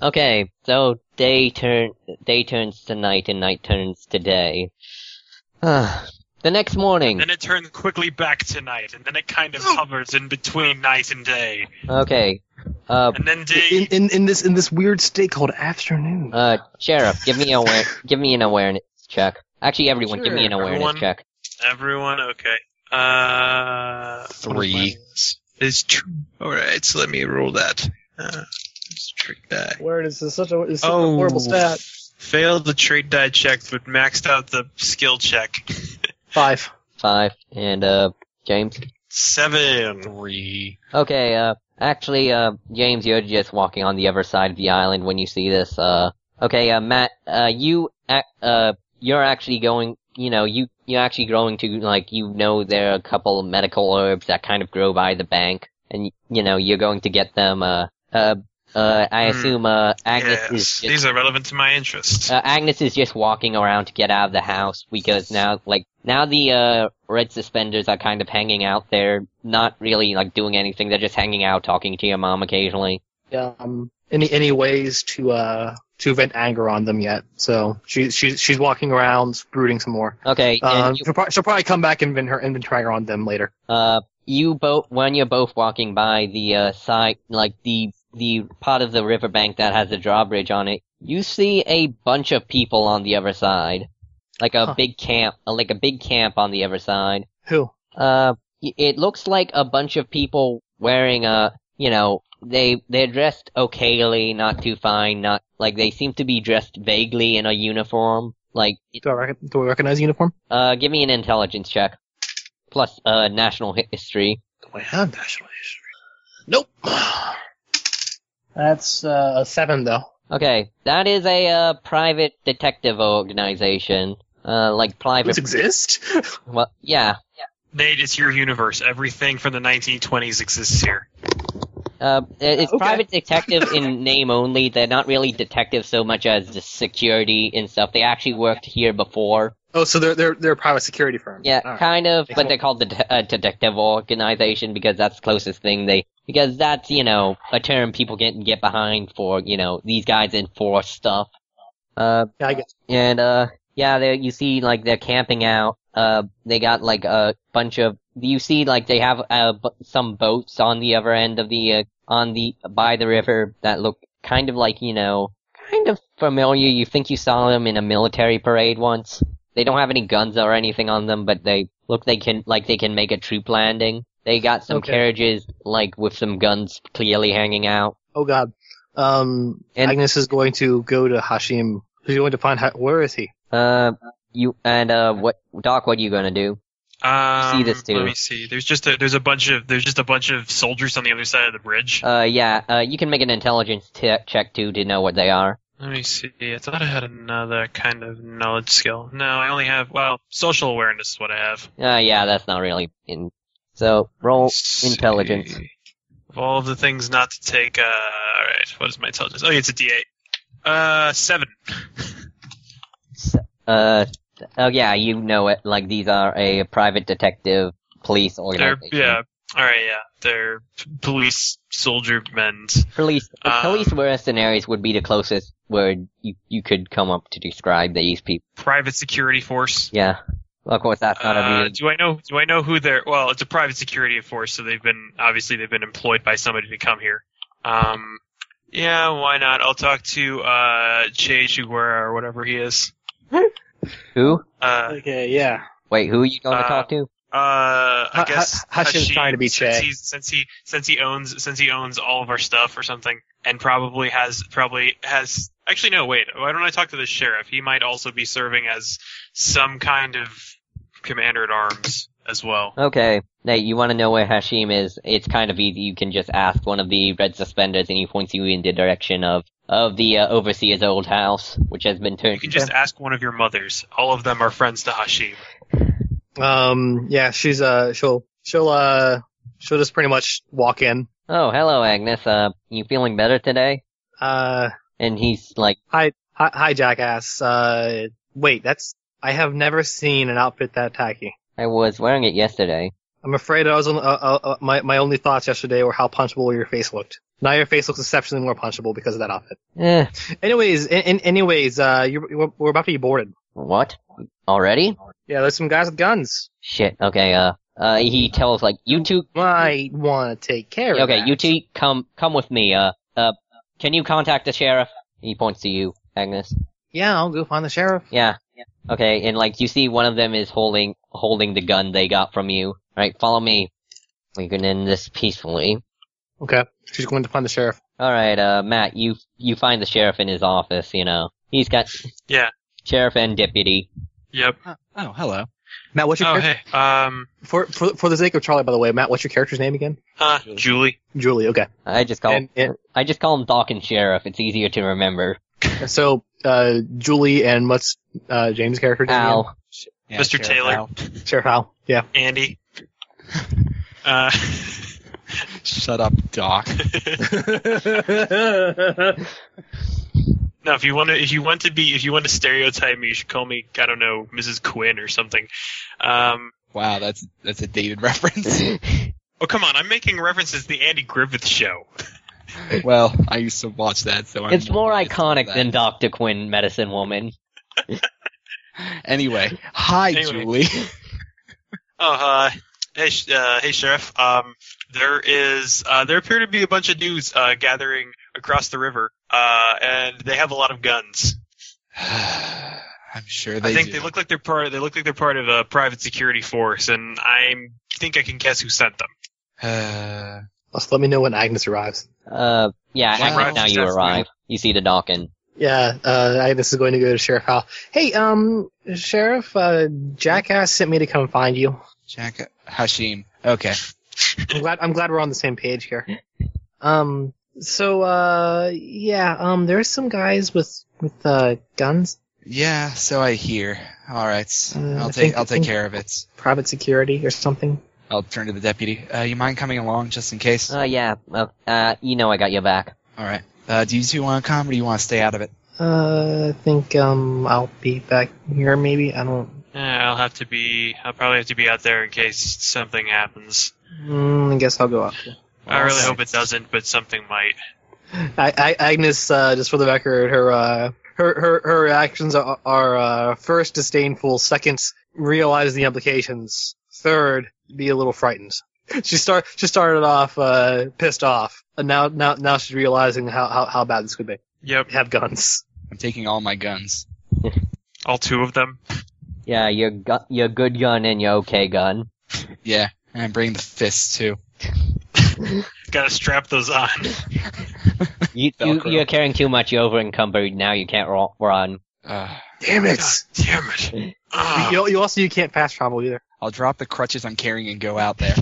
Speaker 2: okay, so day turn day turns to night and night turns to day. Ah, the next morning,
Speaker 3: Then it turns quickly back to night, and then it kind of hovers in between night and day,
Speaker 2: okay, uh.
Speaker 3: and then
Speaker 4: In,
Speaker 3: day.
Speaker 4: in in this in this weird state called afternoon.
Speaker 2: Uh, sheriff, give me aware, give me an awareness check. Actually, everyone, give me
Speaker 4: Sure,
Speaker 2: an awareness
Speaker 3: everyone.
Speaker 2: check.
Speaker 3: Everyone, okay. Uh,
Speaker 5: Three.
Speaker 3: is true. All right, so let me roll that. Uh, trick die.
Speaker 4: Where is this such a, it's such
Speaker 3: Oh,
Speaker 4: a horrible stat?
Speaker 3: Failed the trade die check, but maxed out the skill check.
Speaker 4: Five.
Speaker 2: Five and uh, James.
Speaker 3: Seven.
Speaker 5: Three.
Speaker 2: Okay, uh, actually, uh, James, you're just walking on the other side of the island when you see this, uh, okay, uh, Matt, uh, you, ac- uh, you're actually going, you know, you, you're actually going to, like, you know there are a couple of medical herbs that kind of grow by the bank, and, you know, you're going to get them, uh, uh, uh, I
Speaker 3: Hmm.
Speaker 2: assume, uh, Agnes
Speaker 3: Yes,
Speaker 2: is just,
Speaker 3: these are relevant to my interests.
Speaker 2: uh, Agnes is just walking around to get out of the house because now, like, now the uh, red suspenders are kind of hanging out there, not really like doing anything. They're just hanging out, talking to your mom occasionally.
Speaker 4: Um. Any any ways to uh to vent anger on them yet? So she she's she's walking around brooding some more.
Speaker 2: Okay,
Speaker 4: Um,
Speaker 2: and you,
Speaker 4: she'll, pro- she'll probably come back and vent her and vent anger on them later.
Speaker 2: uh, you both when you're both walking by the uh, side, like the the part of the riverbank that has the drawbridge on it, you see a bunch of people on the other side, like a
Speaker 4: Huh.
Speaker 2: big camp, like a big camp on the other side.
Speaker 4: Who?
Speaker 2: Uh, it looks like a bunch of people wearing uh you know, they they're dressed okayly, not too fine, not like they seem to be dressed vaguely in a uniform. Like,
Speaker 4: Do I rec- do I recognize the uniform?
Speaker 2: uh, give me an intelligence check, plus uh national hi- history.
Speaker 4: Do I have national history? Nope. That's uh, a seven though.
Speaker 2: Okay, that is a uh, private detective organization. Uh, like private.
Speaker 4: Does it exist?
Speaker 2: Well, yeah.
Speaker 7: Nate, it's your universe. Everything from the 1920s exists here.
Speaker 2: Uh, it's
Speaker 4: Okay.
Speaker 2: private detective in name only. They're not really detectives so much as the security and stuff. They actually worked here before.
Speaker 4: Oh, so they're they're they're a private security firm.
Speaker 2: Yeah,
Speaker 4: All right.
Speaker 2: kind of,
Speaker 4: Makes
Speaker 2: but
Speaker 4: sense.
Speaker 2: they're called the det- uh, detective organization because that's the closest thing they because that's you know a term people can get behind for you know these guys enforce stuff. Uh,
Speaker 4: Yeah, I guess.
Speaker 2: and uh, yeah, they you see like they're camping out. Uh, they got like a bunch of you see like they have uh b- some boats on the other end of the uh, on the by the river that look kind of like you know kind of familiar. You think you saw them in a military parade once. They don't have any guns or anything on them, but they look they can like they can make a troop landing. They got some
Speaker 4: Okay.
Speaker 2: carriages like with some guns clearly hanging out.
Speaker 4: Oh God. Um,
Speaker 2: And-
Speaker 4: Agnes is going to go to Hashim. She's going to find ha- where is he?
Speaker 2: Uh, you and uh, what Doc? What are you gonna do?
Speaker 7: Um,
Speaker 2: see this too.
Speaker 7: Let me see. There's just a there's a bunch of there's just a bunch of soldiers on the other side of the bridge.
Speaker 2: Uh, yeah, uh, you can make an intelligence te- check too to know what they are.
Speaker 7: Let me see. I thought I had another kind of knowledge skill. No, I only have well, social awareness is what I have.
Speaker 2: Uh, yeah, that's not really in. So roll
Speaker 7: Let's
Speaker 2: intelligence.
Speaker 7: see. Of all of the things not to take, uh, alright, what is my intelligence? Oh, yeah, it's a D8. Uh, seven.
Speaker 2: Uh, oh yeah, you know it. Like these are a private detective police
Speaker 7: They're,
Speaker 2: organization.
Speaker 7: yeah, alright, yeah. They're p- police soldier men.
Speaker 2: Police,
Speaker 7: Um,
Speaker 2: police mercenaries would be the closest word you, you could come up to describe these people.
Speaker 7: Private security force.
Speaker 2: Yeah. Well, of course, that's not a
Speaker 7: Uh,
Speaker 2: real.
Speaker 7: do I know? Do I know who they're? Well, it's a private security force, so they've been obviously they've been employed by somebody to come here. Um, yeah, why not? I'll talk to uh Che Chiguera or whatever he is.
Speaker 2: Who?
Speaker 7: Uh,
Speaker 4: Okay, yeah.
Speaker 2: Wait, who are you going to
Speaker 7: Uh,
Speaker 2: talk to?
Speaker 7: uh, I
Speaker 4: Ha-
Speaker 7: guess
Speaker 4: Ha- Hashim's
Speaker 7: Hashim,
Speaker 4: trying to be
Speaker 7: since,
Speaker 4: Che.
Speaker 7: he's- since he since he owns since he owns all of our stuff or something, and probably has probably has. Actually, no. Wait. Why don't I talk to the sheriff? He might also be serving as some kind of commander at arms as well.
Speaker 2: Okay. Nate, you want to know where Hashim is? It's kind of easy. You can just ask one of the red suspenders, and he points you in the direction of of the uh, overseer's old house, which has been
Speaker 7: You
Speaker 2: turned.
Speaker 7: can just ask one of your mothers. All of them are friends to Hashim.
Speaker 4: Um, yeah. She's uh, she'll she'll uh, she'll just pretty much walk in.
Speaker 2: Oh, hello, Agnes. Uh, you feeling better today?
Speaker 4: Uh,
Speaker 2: And he's like,
Speaker 4: hi, hi jackass. Uh, wait, that's I have never seen an outfit that tacky.
Speaker 2: I was wearing it yesterday.
Speaker 4: I'm afraid I was on, uh, uh, uh, my my only thoughts yesterday were how punchable your face looked. Now your face looks exceptionally more punchable because of that outfit.
Speaker 2: Eh,
Speaker 4: Anyways, in, in, anyways, uh, you're, we're- we're about to be boarded.
Speaker 2: what? Already?
Speaker 4: Yeah, there's some guys with guns.
Speaker 2: Shit. Okay. Uh, uh, he tells like you two.
Speaker 4: Might want to take care of.
Speaker 2: Okay,
Speaker 4: that.
Speaker 2: you two, come come with me. Uh, uh, can you contact the sheriff? He points to you, Agnes.
Speaker 4: Yeah, I'll go find the sheriff.
Speaker 2: Yeah. Okay, and like you see, one of them is holding holding the gun they got from you. All right, follow me. We can end this peacefully.
Speaker 4: Okay, she's going to find the sheriff.
Speaker 2: All right, uh, Matt, you you find the sheriff in his office. You know, he's got
Speaker 7: Yeah.
Speaker 2: sheriff and deputy.
Speaker 7: Yep.
Speaker 5: Oh, hello.
Speaker 4: Matt, what's your
Speaker 7: Oh,
Speaker 4: character?
Speaker 7: hey. Um,
Speaker 4: for for for the sake of Charlie, by the way, Matt, what's your character's name again?
Speaker 7: huh, uh, Julie.
Speaker 4: Julie. Okay.
Speaker 2: I just call
Speaker 4: And, and
Speaker 2: I just call him Doc and Sheriff. It's easier to remember.
Speaker 4: so uh, Julie and what's uh, James' character? name
Speaker 2: Al.
Speaker 5: Yeah,
Speaker 7: Mr.
Speaker 5: Sheriff
Speaker 7: Taylor.
Speaker 5: Al.
Speaker 4: again? Sheriff Al. Yeah.
Speaker 7: Andy. Uh,
Speaker 5: Shut up, Doc.
Speaker 7: no, if you want to, if you want to be, if you want to stereotype me, you should call me, I don't know, Mrs. Quinn or something. Um,
Speaker 5: wow, that's that's a dated reference.
Speaker 7: oh come on, I'm making references to the Andy Griffith Show.
Speaker 5: well, I used to watch that, so I'm
Speaker 2: It's more
Speaker 5: biased
Speaker 2: iconic
Speaker 5: about
Speaker 2: than
Speaker 5: that.
Speaker 2: Dr. Quinn, Medicine Woman.
Speaker 5: Anyway, hi,
Speaker 7: Anyway.
Speaker 5: Julie.
Speaker 7: Oh, uh, hey, sh- uh, hey, Sheriff. Um, there is, uh, there appear to be a bunch of dudes uh, gathering across the river, uh, and they have a lot of guns.
Speaker 5: I'm sure they.
Speaker 7: I think
Speaker 5: do.
Speaker 7: they look like they're part. They look like they're part of a private security force, and I think I can guess who sent them.
Speaker 5: Uh,
Speaker 4: Just let me know when Agnes arrives.
Speaker 2: Uh, yeah,
Speaker 5: Wow.
Speaker 2: Agnes, now you
Speaker 7: Successful.
Speaker 2: arrive. You see the Dawkin.
Speaker 4: Yeah, uh, Agnes is going to go to Sheriff Hal. Hey, um, Sheriff, uh, Jackass sent me to come find you.
Speaker 5: Jack Hashim. Okay.
Speaker 4: I'm glad I'm glad we're on the same page here. Um so uh yeah, um there's some guys with with uh guns,
Speaker 5: Yeah, so I hear. All right,
Speaker 4: Uh, I
Speaker 5: I'll take
Speaker 4: think- I
Speaker 5: I'll take
Speaker 4: think-
Speaker 5: care of it.
Speaker 4: private security or something.
Speaker 5: I'll turn to the deputy. Uh, you mind coming along just in case?
Speaker 2: Uh, yeah, uh, uh, you know I got your back.
Speaker 5: All right. Uh, do you two want to come, or do you want to stay out of it?
Speaker 4: Uh I think um I'll be back here maybe. I don't
Speaker 7: Yeah, Eh, I'll have to be. I'll probably have to be out there in case something happens.
Speaker 4: mm, I guess I'll go up.
Speaker 7: I really
Speaker 5: Awesome.
Speaker 7: hope it doesn't, but something might.
Speaker 4: I, I Agnes uh just for the record her uh her her her reactions are, are uh first disdainful, second realize the implications, third be a little frightened. She start she started off uh, pissed off, and now now now she's realizing how, how, how bad this could be.
Speaker 7: Yep,
Speaker 4: Have guns.
Speaker 5: I'm taking all my guns.
Speaker 7: all two of them.
Speaker 2: Yeah, your gu- your good gun and your okay gun.
Speaker 5: Yeah, and I'm bringing the fists too.
Speaker 7: Gotta strap those on.
Speaker 2: You, you
Speaker 5: Velcro.
Speaker 2: you're carrying too much. You're over encumbered. Now you can't ro- run.
Speaker 5: Uh,
Speaker 4: Damn it!
Speaker 7: God damn it. Ah.
Speaker 4: You, you also you can't fast travel either.
Speaker 5: I'll drop the crutches I'm carrying and go out there.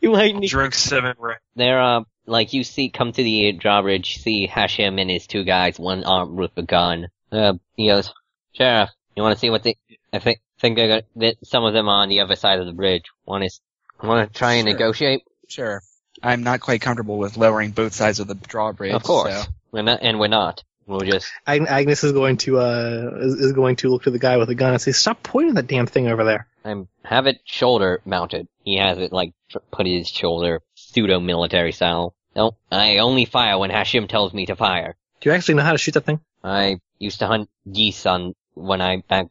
Speaker 2: You might need.
Speaker 7: drunk seven right.
Speaker 2: There are like you see come to the drawbridge. See Hashim and his two guys, one armed with a gun. Uh, he goes, Sheriff, you want to see what they? I think think they're gonna, that some of them are on the other side of the bridge. One is. Want to try and
Speaker 5: Sure.
Speaker 2: negotiate?
Speaker 5: Sure. I'm not quite comfortable with lowering both sides of the drawbridge.
Speaker 2: Of course.
Speaker 5: so-
Speaker 2: We're not, and we're not. We'll just.
Speaker 4: Ag- Agnes is going to uh is, is going to look to the guy with the gun and say, "Stop pointing that damn thing over there."
Speaker 2: I'm have it shoulder mounted. He has it like tr- put his shoulder pseudo military style. No, I only fire when Hashim tells me to fire.
Speaker 4: Do you actually know how to shoot that thing?
Speaker 2: I used to hunt geese on when I back,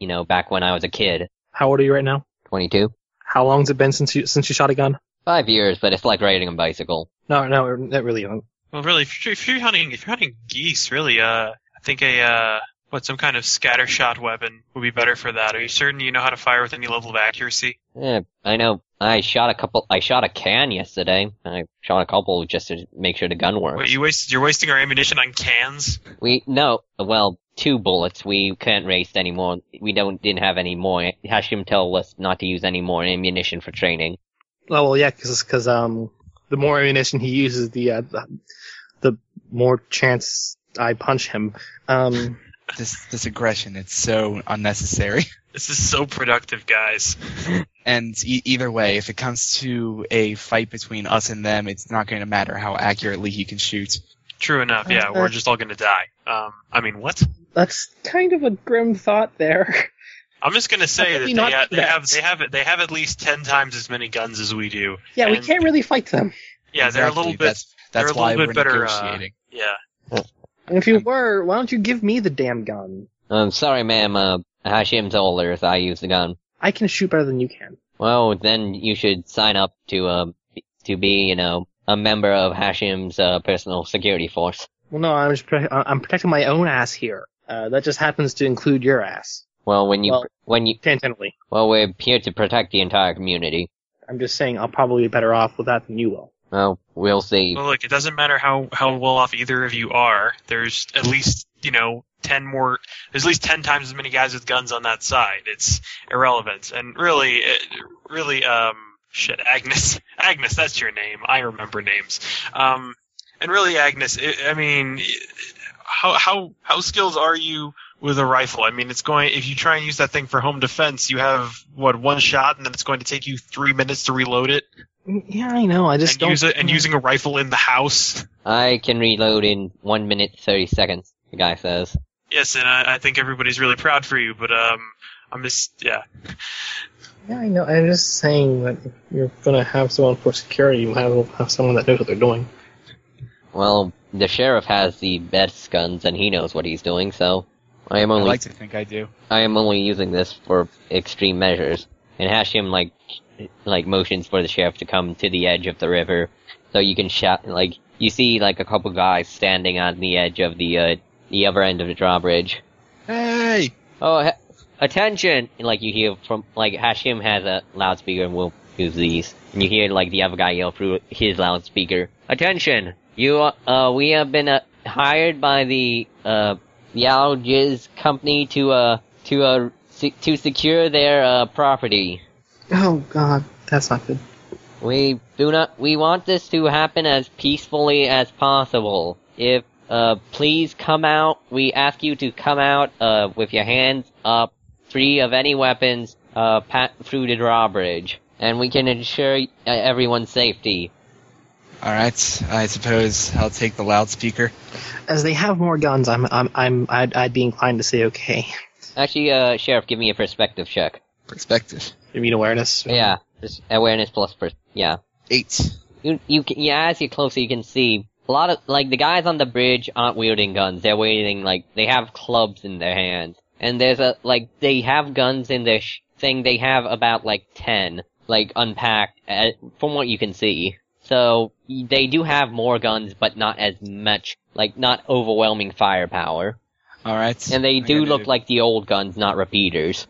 Speaker 2: you know, back when I was a kid,
Speaker 4: How old are you right now?
Speaker 2: 22,
Speaker 4: How long's it been since you since you shot a gun?
Speaker 2: five years, but it's like riding a bicycle.
Speaker 4: No, no, not really Oh, young.
Speaker 7: Well, really, if you're, if you're hunting, if you're hunting geese, really, uh, I think a uh, what some kind of scatter shot weapon would be better for that. Are you certain you know how to fire with any level of accuracy?
Speaker 2: Eh, I know. I shot a couple. I shot a can yesterday. I shot a couple just to make sure the gun worked.
Speaker 7: Wait, you waste, you're wasting our ammunition on cans.
Speaker 2: We no, well, two bullets. We can't race anymore. We don't didn't have any more. Hashim told us not to use any more ammunition for training.
Speaker 4: Oh well, yeah, because um, the more ammunition he uses, the uh, the, the more chance I punch him. Um,
Speaker 5: This this aggression, it's so unnecessary.
Speaker 7: This is so productive, guys.
Speaker 5: And e- either way, if it comes to a fight between us and them, it's not going to matter how accurately he can shoot.
Speaker 7: True enough. Yeah, we're just all gonna die. Um, I mean, what?
Speaker 4: that's kind of a grim thought there.
Speaker 7: I'm just gonna say that
Speaker 4: Definitely
Speaker 7: they,
Speaker 4: not
Speaker 7: ha- they
Speaker 4: that.
Speaker 7: have they have they have at least ten times as many guns as we do.
Speaker 4: yeah, we
Speaker 7: And-
Speaker 4: can't really fight them.
Speaker 7: Yeah, they're a
Speaker 5: Exactly,
Speaker 7: little bit.
Speaker 5: That's,
Speaker 7: they're
Speaker 5: that's
Speaker 7: a little
Speaker 5: why
Speaker 7: bit
Speaker 5: we're
Speaker 7: better, uh,
Speaker 5: negotiating.
Speaker 7: yeah.
Speaker 4: And if you were, why don't you give me the damn gun?
Speaker 2: Um, sorry, ma'am. Uh, Hashim told us I use the gun.
Speaker 4: I can shoot better than you can.
Speaker 2: Well, then you should sign up to um to be, you know, a member of Hashim's uh, personal security force.
Speaker 4: Well, no, I'm just pre- uh, I'm protecting my own ass here. Uh, that just happens to include your ass
Speaker 2: Well, when you
Speaker 4: Well-
Speaker 2: when you
Speaker 4: tangentially.
Speaker 2: well, we're here to protect the entire community.
Speaker 4: I'm just saying I'll probably be better off with that than you will.
Speaker 2: Well, we'll see.
Speaker 7: Well, look, it doesn't matter how how well off either of you are. There's at least you know ten more. There's at least ten times as many guys with guns on that side. It's irrelevant, and really, it, really, um, shit, Agnes, Agnes, that's your name. I remember names. Um, and really, Agnes, i I mean, how how how skilled are you? With a rifle, I mean, it's going. If you try and use that thing for home defense, you have what one shot, and then it's going to take you three minutes to reload it.
Speaker 4: Yeah, I know. I just
Speaker 7: and
Speaker 4: don't.
Speaker 7: use it, and using a rifle in the house.
Speaker 2: I can reload in one minute thirty seconds. The guy says.
Speaker 7: Yes, and I, I think everybody's really proud for you, but um, I'm just yeah.
Speaker 4: Yeah, I know. I'm just saying that if you're gonna have someone for security, you have to have someone that knows what they're doing.
Speaker 2: Well, the sheriff has the best guns and he knows what he's doing, so I am
Speaker 5: I
Speaker 2: only
Speaker 5: like to think I do.
Speaker 2: I am only using this for extreme measures. And Hashim like like motions for the sheriff to come to the edge of the river, so you can shout like you see like a couple guys standing on the edge of the uh, the other end of the drawbridge.
Speaker 5: Hey!
Speaker 2: Oh, ha- attention! And, like you hear from like Hashim has a loudspeaker and will who's these. And you hear like the other guy yell through his loudspeaker, "Attention! You are, uh, we have been uh, hired by the uh Yao Jiz company to uh to uh se- to secure their uh property.
Speaker 6: Oh God, that's not good.
Speaker 2: We do not. We want this to happen as peacefully as possible. If uh, please come out. We ask you to come out uh, with your hands up, free of any weapons, uh, pat through the drawbridge, and we can ensure uh, everyone's safety.
Speaker 5: All right, I suppose I'll take the loudspeaker.
Speaker 6: As they have more guns, I'm I'm I'm I'd, I'd be inclined to say okay.
Speaker 2: Actually, uh, sheriff, give me a perspective check.
Speaker 5: Perspective
Speaker 6: You mean awareness?
Speaker 2: Yeah, just awareness plus per. Yeah.
Speaker 5: eight.
Speaker 2: You you can, yeah, as you get closer, you can see a lot of like the guys on the bridge aren't wielding guns. They're wielding like they have clubs in their hands, and there's a like they have guns in their sh- thing. They have about like ten like unpacked uh, from what you can see. So y- they do have more guns, but not as much like not overwhelming firepower.
Speaker 5: All right,
Speaker 2: And they
Speaker 5: I'm
Speaker 2: do
Speaker 5: gonna
Speaker 2: look like the old guns, not repeaters.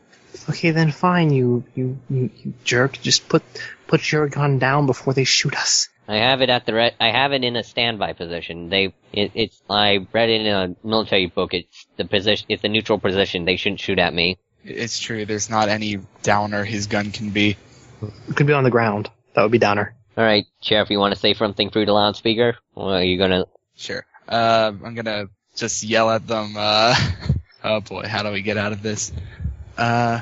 Speaker 6: Okay, then fine. You you you, you jerk. Just put put your gun down before they shoot us.
Speaker 2: I have it at the re- I have it in a standby position. They it, it's I read it in a military book. It's the position. It's a neutral position. They shouldn't shoot at me.
Speaker 5: It's true. There's not any downer his gun can be.
Speaker 6: You could be on the ground. That would be downer.
Speaker 2: All right, sheriff. You want to say something through the loudspeaker? Or are you gonna?
Speaker 5: Sure. Uh, I'm gonna just yell at them. Uh, oh boy, how do we get out of this? Uh,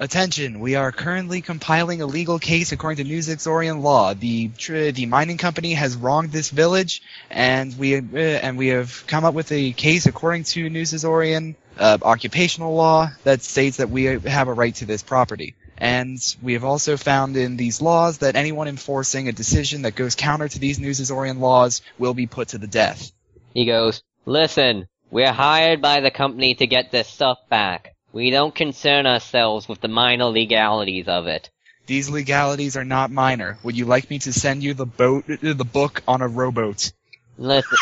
Speaker 5: attention! We are currently compiling a legal case according to New Zixorian law. The tr- the mining company has wronged this village, and we uh, and we have come up with a case according to New Zixorian uh, occupational law that states that we have a right to this property. And we have also found in these laws that anyone enforcing a decision that goes counter to these New Zixorian laws will be put to the death.
Speaker 2: He goes. Listen, we're hired by the company to get this stuff back. We don't concern ourselves with the minor legalities of it.
Speaker 5: These legalities are not minor. Would you like me to send you the boat, the book on a rowboat?
Speaker 2: Listen,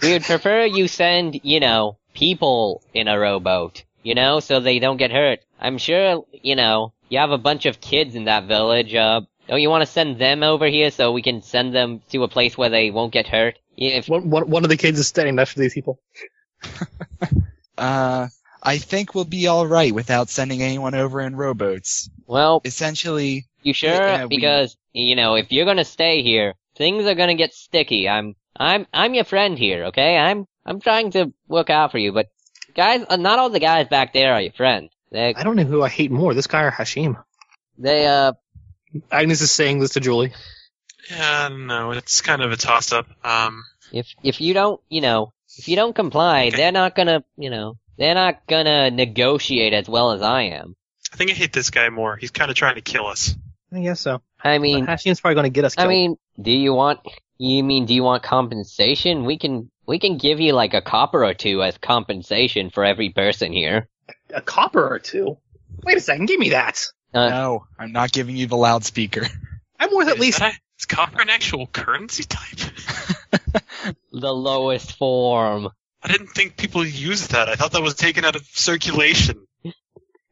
Speaker 2: we would prefer you send, you know, people in a rowboat, you know, so they don't get hurt. I'm sure, you know, you have a bunch of kids in that village, uh, don't you want to send them over here so we can send them to a place where they won't get hurt? If,
Speaker 4: One, one, one of the kids is standing next to these people.
Speaker 5: Uh, I think we'll be all right without sending anyone over in rowboats.
Speaker 2: well,
Speaker 5: Essentially,
Speaker 2: you sure?
Speaker 5: Yeah, we-
Speaker 2: because, you know, if you're gonna stay here, things are gonna get sticky. I'm, I'm, I'm your friend here, okay? I'm, I'm trying to work out for you, but guys, uh, not all the guys back there are your friend. They,
Speaker 6: I don't know who I hate more, this guy or Hashim.
Speaker 2: they, uh,
Speaker 4: Agnes is saying this to Julie.
Speaker 3: Yeah, I don't know. It's kind of a toss up. Um,
Speaker 2: If if you don't, you know, if you don't comply,
Speaker 3: Okay.
Speaker 2: they're not gonna, you know, they're not gonna negotiate as well as I am.
Speaker 3: I think I hate this guy more. He's kind of trying to kill us.
Speaker 6: I guess so.
Speaker 2: I
Speaker 6: But
Speaker 2: mean,
Speaker 6: Hashim's probably going to get us. Killed.
Speaker 2: I mean, do you want? You mean do you want compensation? We can we can give you like a copper or two as compensation for every person here.
Speaker 4: A copper or two. Wait a second, give me that.
Speaker 2: Uh,
Speaker 5: no, I'm not giving you the loudspeaker.
Speaker 4: I'm worth at
Speaker 3: Is
Speaker 4: least.
Speaker 3: that a- is copper an actual currency type?
Speaker 2: The lowest form.
Speaker 3: I didn't think people used that. I thought that was taken out of circulation.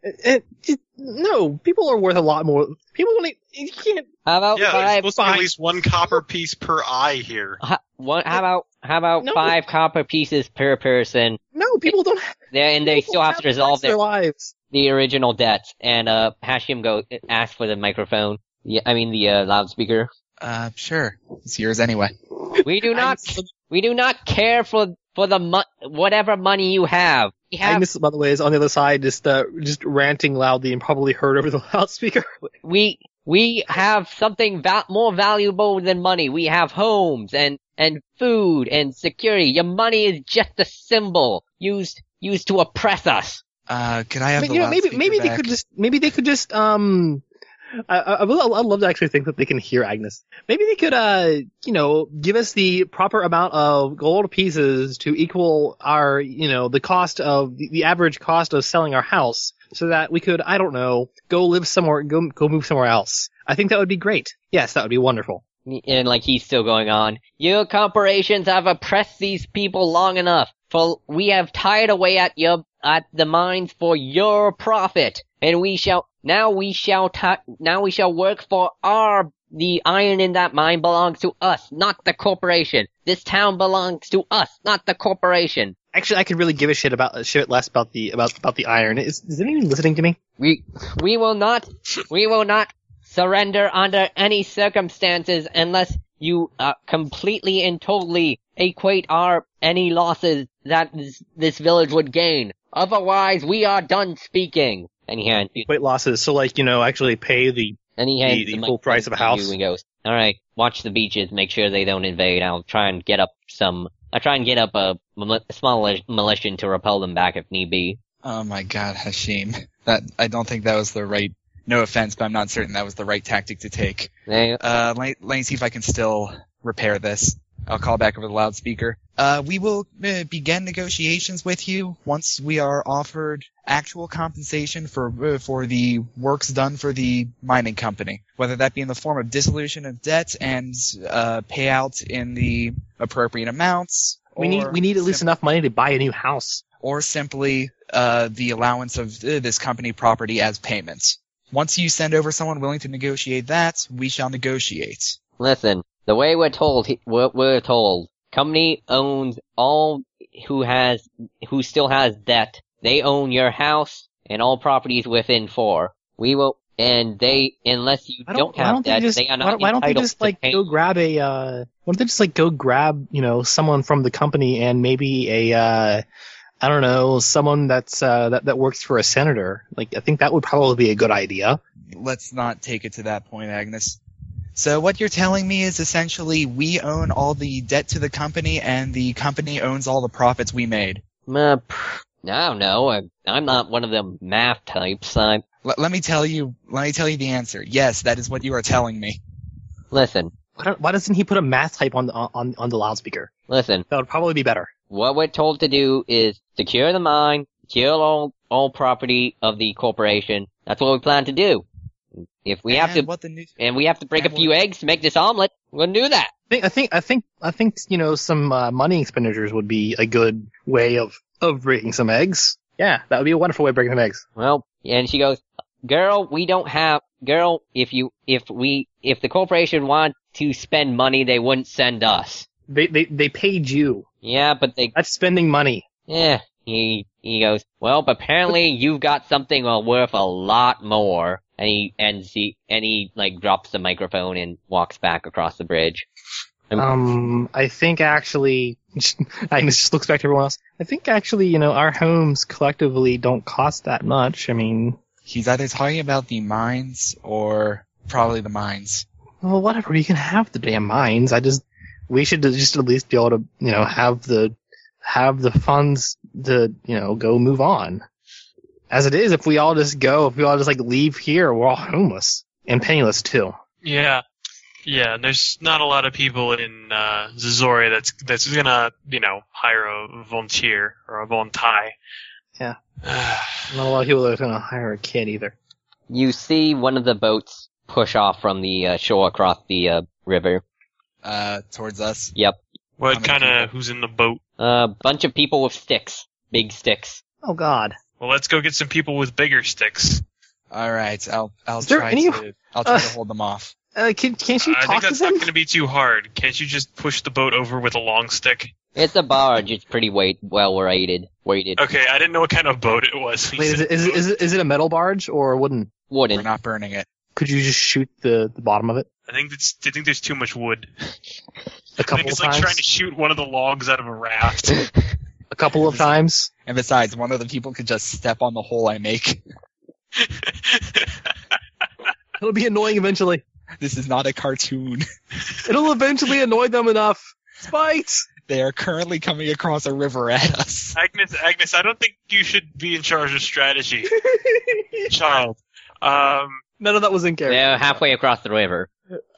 Speaker 4: It, it, it- uh, no, people are worth a lot more. People only you can't.
Speaker 2: How about
Speaker 3: yeah, there's
Speaker 2: five?
Speaker 3: supposed to be
Speaker 4: fine.
Speaker 3: at least one copper piece per eye here.
Speaker 2: Ha, what, how about how about
Speaker 4: No.
Speaker 2: five copper pieces per person?
Speaker 4: No, people don't. Have,
Speaker 2: There and they
Speaker 4: people
Speaker 2: still have to resolve
Speaker 4: their
Speaker 2: their
Speaker 4: lives.
Speaker 2: the original debts, and uh, Hashim go ask for the microphone. Yeah, I mean the uh, loudspeaker.
Speaker 5: Uh, sure. It's yours anyway.
Speaker 2: We do not, we do not care for for the mo- whatever money you have. We have,
Speaker 4: Agnes, by the way, is on the other side, just uh, just ranting loudly and probably heard over the loudspeaker.
Speaker 2: we we have something va- more valuable than money. We have homes and and food and security. Your money is just a symbol used used to oppress us.
Speaker 5: Uh, could I have
Speaker 4: I mean,
Speaker 5: the
Speaker 4: you know, maybe
Speaker 5: loudspeaker
Speaker 4: maybe they
Speaker 5: back?
Speaker 4: could just maybe they could just um. I, I, I would I would love to actually think that they can hear Agnes. Maybe they could, uh, you know, give us the proper amount of gold pieces to equal our, you know, the cost of the, the average cost of selling our house, so that we could, I don't know, go live somewhere, go go move somewhere else. I think that would be great. Yes, that would be wonderful.
Speaker 2: And like he's still going on. Your corporations have oppressed these people long enough. For we have tied away at your at the mines for your profit, and we shall now we shall ta- now we shall work for our the iron in that mine belongs to us, not the corporation. This town belongs to us, not the corporation.
Speaker 4: Actually, I could really give a shit about shit less about the about about the iron. Is, is anyone listening to me?
Speaker 2: We we will not we will not surrender under any circumstances unless you uh, completely and totally equate our any losses that this, this village would gain. Otherwise, we are done speaking. And he hand,
Speaker 4: Weight losses. So like you know, actually pay the
Speaker 2: and he hands
Speaker 4: the
Speaker 2: mic
Speaker 4: full price of a
Speaker 2: to
Speaker 4: house.
Speaker 2: you And goes, all right, watch the beaches, make sure they don't invade. I'll try and get up some. I'll try and get up a mili- small mili- militia to repel them back if need be.
Speaker 5: Oh my God, Hashim. That I don't think that was the right. No offense, but I'm not certain that was the right tactic to take.
Speaker 2: They,
Speaker 5: Uh, let, let me see if I can still repair this. I'll call back over the loudspeaker. Uh, we will uh, begin negotiations with you once we are offered actual compensation for uh, for the works done for the mining company, whether that be in the form of dissolution of debts and uh, payout in the appropriate amounts.
Speaker 4: We need
Speaker 5: or
Speaker 4: we need at least
Speaker 5: sim-
Speaker 4: enough money to buy a new house.
Speaker 5: or simply uh, the allowance of uh, this company property as payments. Once you send over someone willing to negotiate that, we shall negotiate.
Speaker 2: Listen, the way we're told, he- we're, we're told, company owns all who has, who still has debt. They own your house and all properties within four. We will, and they, unless you
Speaker 4: I
Speaker 2: don't,
Speaker 4: don't,
Speaker 2: have
Speaker 4: I don't
Speaker 2: debt,
Speaker 4: think just,
Speaker 2: they are
Speaker 4: why,
Speaker 2: not
Speaker 4: don't- why don't they
Speaker 2: entitled
Speaker 4: just
Speaker 2: to
Speaker 4: like
Speaker 2: pay-
Speaker 4: go grab a uh why don't they just like go grab, you know, someone from the company and maybe a uh I don't know, someone that's uh that, that works for a senator. Like I think that would probably be a good idea.
Speaker 5: Let's not take it to that point, Agnes. So what you're telling me is essentially we own all the debt to the company and the company owns all the profits we made.
Speaker 2: Uh, pff, I don't know. I, I'm not one of them math types. I
Speaker 5: L- let me tell you, let me tell you the answer. Yes, that is what you are telling me.
Speaker 2: listen,
Speaker 4: Why, don't, why doesn't he put a math type on the on on the loudspeaker?
Speaker 2: listen.
Speaker 4: That would probably be better.
Speaker 2: What we're told to do is secure the mine, secure all all property of the corporation. That's what we plan to do. If we have
Speaker 5: And
Speaker 2: to,
Speaker 5: what the new-
Speaker 2: and we have to break a
Speaker 5: and
Speaker 2: few eggs to make this omelet, we're gonna do that.
Speaker 4: I think I think I think I think you know some uh, money expenditures would be a good way of of breaking some eggs. Yeah, that would be a wonderful way of breaking some eggs.
Speaker 2: Well, and she goes, girl, we don't have, girl, if you, if we, if the corporation want to spend money, they wouldn't send us.
Speaker 4: They they they paid you.
Speaker 2: Yeah, but they
Speaker 4: That's spending money.
Speaker 2: Yeah, he he goes. Well, but apparently you've got something well worth a lot more. And he and he and he like drops the microphone and walks back across the bridge.
Speaker 4: Um, I think actually, Agnes just looks back to everyone else. I think actually, you know, our homes collectively don't cost that much. I mean,
Speaker 5: He's either talking about the mines or probably the mines.
Speaker 4: well, whatever. We can have the damn mines. I just, we should just at least be able to, you know, have the, have the funds to, you know, go move on. As it is, if we all just go, if we all just like leave here, we're all homeless and penniless too.
Speaker 3: Yeah, yeah. and There's not a lot of people in uh, Zazoria that's that's gonna you know hire a volunteer or a volunteer.
Speaker 4: Yeah.
Speaker 3: Yeah.
Speaker 4: Not a lot of people are going to hire a kid either.
Speaker 2: You see one of the boats push off from the uh, shore across the uh, river.
Speaker 5: Uh, towards us.
Speaker 2: Yep,
Speaker 5: How
Speaker 3: what
Speaker 5: many
Speaker 3: kind of who's in the boat?
Speaker 2: a bunch of people with sticks, big sticks.
Speaker 4: Oh God.
Speaker 3: Well, let's go get some people with bigger sticks.
Speaker 5: All right, I'll I'll
Speaker 4: Is there
Speaker 5: try
Speaker 4: any-
Speaker 5: to I'll try
Speaker 4: uh,
Speaker 5: to hold them off.
Speaker 4: Uh, can, can't you
Speaker 3: I think
Speaker 4: talk to
Speaker 3: that's not
Speaker 4: them?
Speaker 3: going to be too hard. Can't you just push the boat over with a long stick?
Speaker 2: It's a barge. It's pretty weight well rated, weighted,
Speaker 3: Okay, I didn't know what kind of boat it was.
Speaker 4: Wait, is it, is, it, is, it, is it a metal barge or wooden?
Speaker 5: We're
Speaker 2: wooden.
Speaker 5: not burning it.
Speaker 4: Could you just shoot the, the bottom of it
Speaker 3: I think it's, I think there's too much wood.
Speaker 4: a
Speaker 3: I
Speaker 4: couple
Speaker 3: think
Speaker 4: of
Speaker 3: it's like trying
Speaker 4: times?
Speaker 3: to shoot one of the logs out of a raft.
Speaker 4: a couple of times.
Speaker 5: And besides, one of the people could just step on the hole I make.
Speaker 4: It'll be annoying eventually.
Speaker 5: This is not a cartoon.
Speaker 4: It'll eventually annoy them enough. Spite.
Speaker 5: They are currently coming across a river at us.
Speaker 3: Agnes, Agnes, I don't think you should be in charge of strategy, child. Um,
Speaker 4: None of that was in character.
Speaker 2: They're halfway across the river.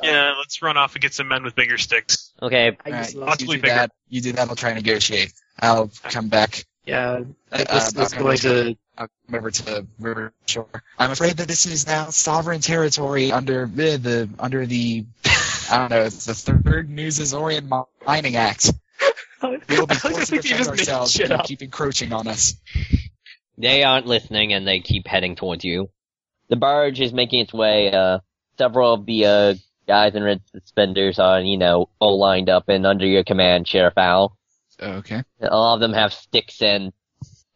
Speaker 3: yeah, let's run off and get some men with bigger sticks.
Speaker 2: Okay,
Speaker 4: I just
Speaker 5: All
Speaker 4: love-
Speaker 5: right, you
Speaker 3: Possibly
Speaker 5: do
Speaker 3: bigger.
Speaker 5: that. You do that. I'll try and negotiate. I'll come back.
Speaker 4: yeah,
Speaker 5: Uh,
Speaker 4: like, let's,
Speaker 5: I'm
Speaker 4: let's
Speaker 5: not
Speaker 4: go
Speaker 5: really
Speaker 4: into
Speaker 5: I'll come over to the river shore. I'm afraid that this is now sovereign territory under uh, the under the I don't know it's the third New Azorian Mining Act.
Speaker 4: I
Speaker 5: We will be
Speaker 4: like to
Speaker 5: forced to
Speaker 4: think you
Speaker 5: defend
Speaker 4: just made
Speaker 5: ourselves
Speaker 4: shit
Speaker 5: if you
Speaker 4: up.
Speaker 5: keep encroaching on us.
Speaker 2: They aren't listening and they keep heading towards you. The barge is making its way, uh, several of the, uh, guys in red suspenders are, you know, all lined up and under your command, Sheriff Al.
Speaker 5: Okay.
Speaker 2: A lot of them have sticks and,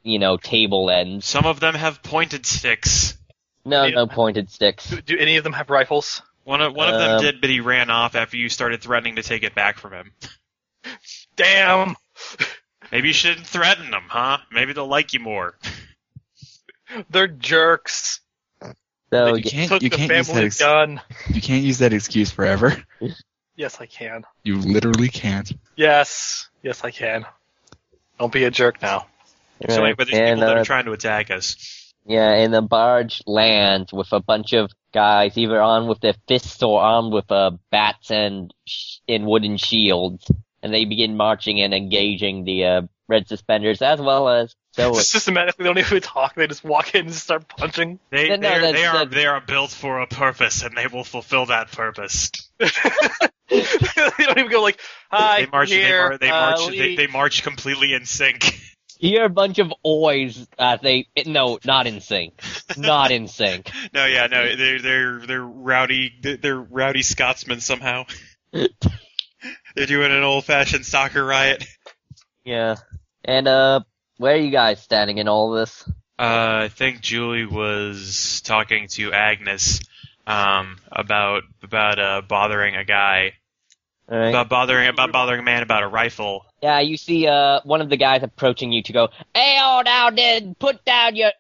Speaker 2: you know, table ends.
Speaker 7: Some of them have pointed sticks.
Speaker 2: No,
Speaker 8: Yeah.
Speaker 2: no pointed sticks.
Speaker 8: Do, do any of them have rifles?
Speaker 7: One of, one of them
Speaker 2: Um,
Speaker 7: did, but he ran off after you started threatening to take it back from him.
Speaker 8: Damn!
Speaker 7: Maybe you shouldn't threaten them, huh? Maybe they'll like you more.
Speaker 8: They're jerks.
Speaker 2: So,
Speaker 5: you
Speaker 2: yeah,
Speaker 5: can't,
Speaker 8: Took
Speaker 5: you
Speaker 8: the
Speaker 5: can't use that
Speaker 8: family
Speaker 5: ex-
Speaker 8: gun.
Speaker 5: you can't use that excuse forever.
Speaker 8: Yes, I can.
Speaker 5: You literally can't.
Speaker 8: Yes. Yes, I can. Don't be a jerk now.
Speaker 7: So anyway, there's
Speaker 2: and,
Speaker 7: people that
Speaker 2: uh,
Speaker 7: are trying to attack us.
Speaker 2: Yeah, and the barge lands with a bunch of guys either armed with their fists or armed with uh, bats and sh- and wooden shields, and they begin marching and engaging the uh, red suspenders as well as so.
Speaker 8: Systematically, they don't even talk. They just walk in and start punching.
Speaker 7: They,
Speaker 2: No, no,
Speaker 7: they, are,
Speaker 2: that's-
Speaker 7: they, are,
Speaker 2: that's-
Speaker 7: they are built for a purpose, and they will fulfill that purpose.
Speaker 8: they don't even go like, "Hi,
Speaker 7: They march,
Speaker 8: here,
Speaker 7: they, mar- they,
Speaker 8: uh,
Speaker 7: march they,
Speaker 8: Lee."
Speaker 7: they march completely in sync.
Speaker 2: You're a bunch of oys. Uh, they no, not in sync, not in sync.
Speaker 7: No, yeah, no, they're they're they're rowdy. They're rowdy Scotsmen somehow. they're doing an old-fashioned soccer riot.
Speaker 2: Yeah, and uh, where are you guys standing in all this?
Speaker 7: Uh, I think Julie was talking to Agnes um, about about uh, bothering a guy,
Speaker 2: All right.
Speaker 7: about bothering about bothering a man about a rifle.
Speaker 2: Yeah, you see uh one of the guys approaching you to go, Hey all now then, put down your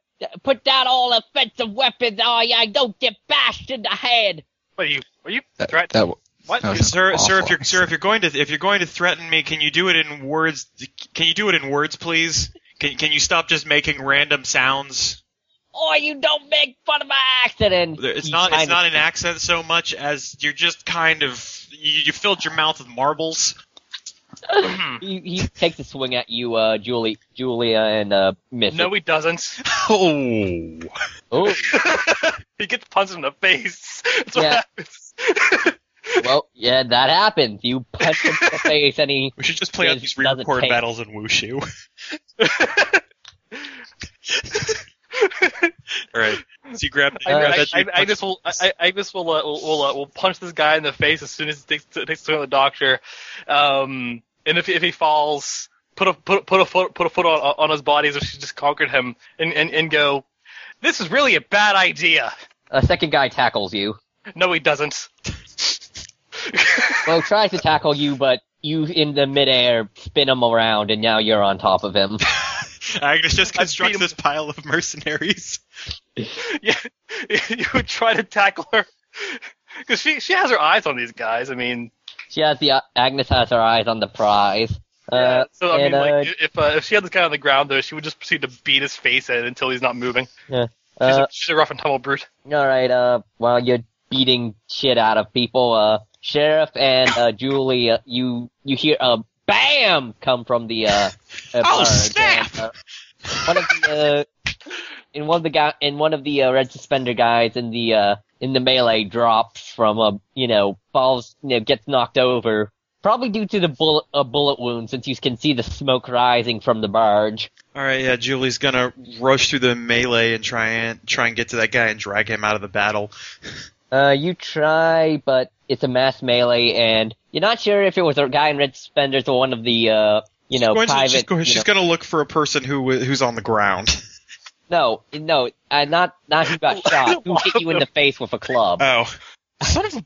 Speaker 2: put down all offensive weapons, or you don't get bashed in the head.
Speaker 8: What are you? Are you?
Speaker 5: That,
Speaker 8: Right.
Speaker 5: that,
Speaker 8: What?
Speaker 5: That was
Speaker 7: Sir,
Speaker 5: awful.
Speaker 7: sir, if you're sir, if you're going to if you're going to threaten me, can you do it in words? Can you do it in words, please? Can can you stop just making random sounds?
Speaker 2: Or Oh, you don't make fun of my accident.
Speaker 7: It's
Speaker 2: He
Speaker 7: not
Speaker 2: kind
Speaker 7: it's not
Speaker 2: of-
Speaker 7: an accent so much as you're just kind of you, you filled your mouth with marbles.
Speaker 2: he, he takes a swing at you, uh Julie Julia and uh Miss.
Speaker 8: No, he doesn't.
Speaker 7: Oh.
Speaker 2: Oh
Speaker 8: he gets punched in the face. That's what
Speaker 2: Yeah.
Speaker 8: happens.
Speaker 2: well yeah, that happens. You punch him in the face and he
Speaker 7: We should just play out
Speaker 2: It
Speaker 7: these
Speaker 2: doesn't
Speaker 7: re-recorded
Speaker 2: take-
Speaker 7: battles in Wushu. All right. So you grab. You
Speaker 8: I,
Speaker 2: Uh,
Speaker 7: grab
Speaker 8: I,
Speaker 7: that,
Speaker 8: I,
Speaker 7: you
Speaker 8: I just will. I- I, I just will. Uh, will will, uh, will punch this guy in the face as soon as he takes takes to the doctor. Um, and if if he falls, put a put a- put a foot put a foot on on his body as if she just conquered him, and and and go. This is really a bad idea.
Speaker 2: a second guy tackles you.
Speaker 8: No, he doesn't.
Speaker 2: Well tries to tackle you but you in the midair spin him around and now you're on top of him.
Speaker 7: Agnes just
Speaker 8: beat
Speaker 7: constructs
Speaker 8: him.
Speaker 7: this pile of mercenaries.
Speaker 8: yeah, you would try to tackle her because she she has her eyes on these guys. I mean,
Speaker 2: She has the uh, Agnes has her eyes on the prize. Uh,
Speaker 8: so I mean,
Speaker 2: and,
Speaker 8: like
Speaker 2: uh,
Speaker 8: if uh, if she had this guy on the ground though, she would just proceed to beat his face in until he's not moving. She's,
Speaker 2: uh,
Speaker 8: a, she's a rough and tumble brute.
Speaker 2: all right. Uh, while you're beating shit out of people, uh, sheriff and uh, Julie, uh, you you hear a bam come from the uh, uh,
Speaker 8: Oh,
Speaker 2: barge,
Speaker 7: snap!
Speaker 2: and, uh, one of the uh, in one of the guy in one of the uh, red suspender guys in the uh, in the melee drops from a you know falls you know gets knocked over. Probably due to the bullet, a bullet wound, since you can see the smoke rising from the barge.
Speaker 7: All right, yeah, Julie's gonna rush through the melee and try and try and get to that guy and drag him out of the battle.
Speaker 2: Uh, you try, but it's a mass melee, and you're not sure if it was a guy in red suspenders or one of the, uh, you know,
Speaker 7: She's going to-
Speaker 2: private.
Speaker 7: she's going,
Speaker 2: you
Speaker 7: she's
Speaker 2: know-
Speaker 7: gonna look for a person who who's on the ground.
Speaker 2: no, no, uh, not not who got shot. Who hit you in the face with a club?
Speaker 7: Oh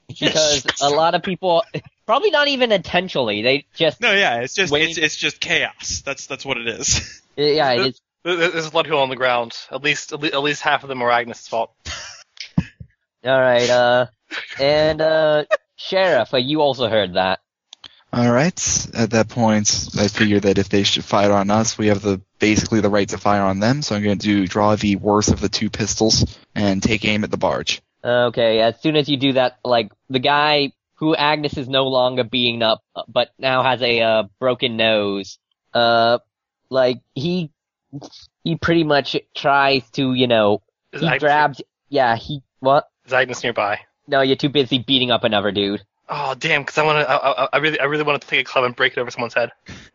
Speaker 2: Because a lot of people, probably not even intentionally, they just
Speaker 7: no, yeah, it's just
Speaker 2: Wayne-
Speaker 7: it's it's just chaos. That's that's what it is.
Speaker 2: yeah, it is.
Speaker 8: There- there- There's a lot of people on the ground. At least at le- at least half of them are Agnes's fault.
Speaker 2: All right, uh, and uh, sheriff, uh, you also heard that.
Speaker 5: All right. At that point, I figure that if they should fire on us, we have the basically the right to fire on them. So I'm going to do draw the worst of the two pistols and take aim at the barge.
Speaker 2: Okay, as soon as you do that, like, the guy who Agnes is no longer being up, but now has a, uh, broken nose, uh, like, he, he pretty much tries to, you know,
Speaker 8: Is
Speaker 2: he
Speaker 8: Agnes,
Speaker 2: grabs, yeah, he, what?
Speaker 8: is Agnes nearby?
Speaker 2: No, you're too busy beating up another dude.
Speaker 8: Oh damn! Because I want to. I, I, I really, I really want to take a club and break it over someone's head.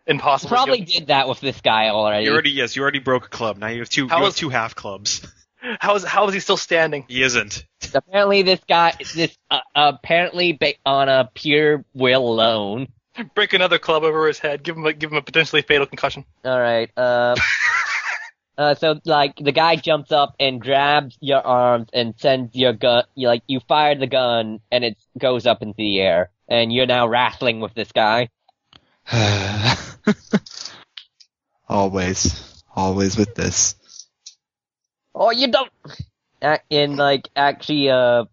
Speaker 8: Impossible.
Speaker 2: Probably did that with this guy already.
Speaker 7: You already yes, you already broke a club. Now you have two.
Speaker 8: How
Speaker 7: you
Speaker 8: is-
Speaker 7: have two half clubs.
Speaker 8: How is how is he still standing?
Speaker 7: He isn't.
Speaker 2: Apparently, this guy, this uh, apparently ba- on a pure will alone.
Speaker 8: Break another club over his head. Give him a, give him a potentially fatal concussion.
Speaker 2: All right. Uh, uh, so like the guy jumps up and grabs your arms and sends your gun. You, like you fire the gun and it goes up into the air, and you're now wrestling with this guy.
Speaker 5: always, always with this.
Speaker 2: Oh, you don't. A- And like actually, uh,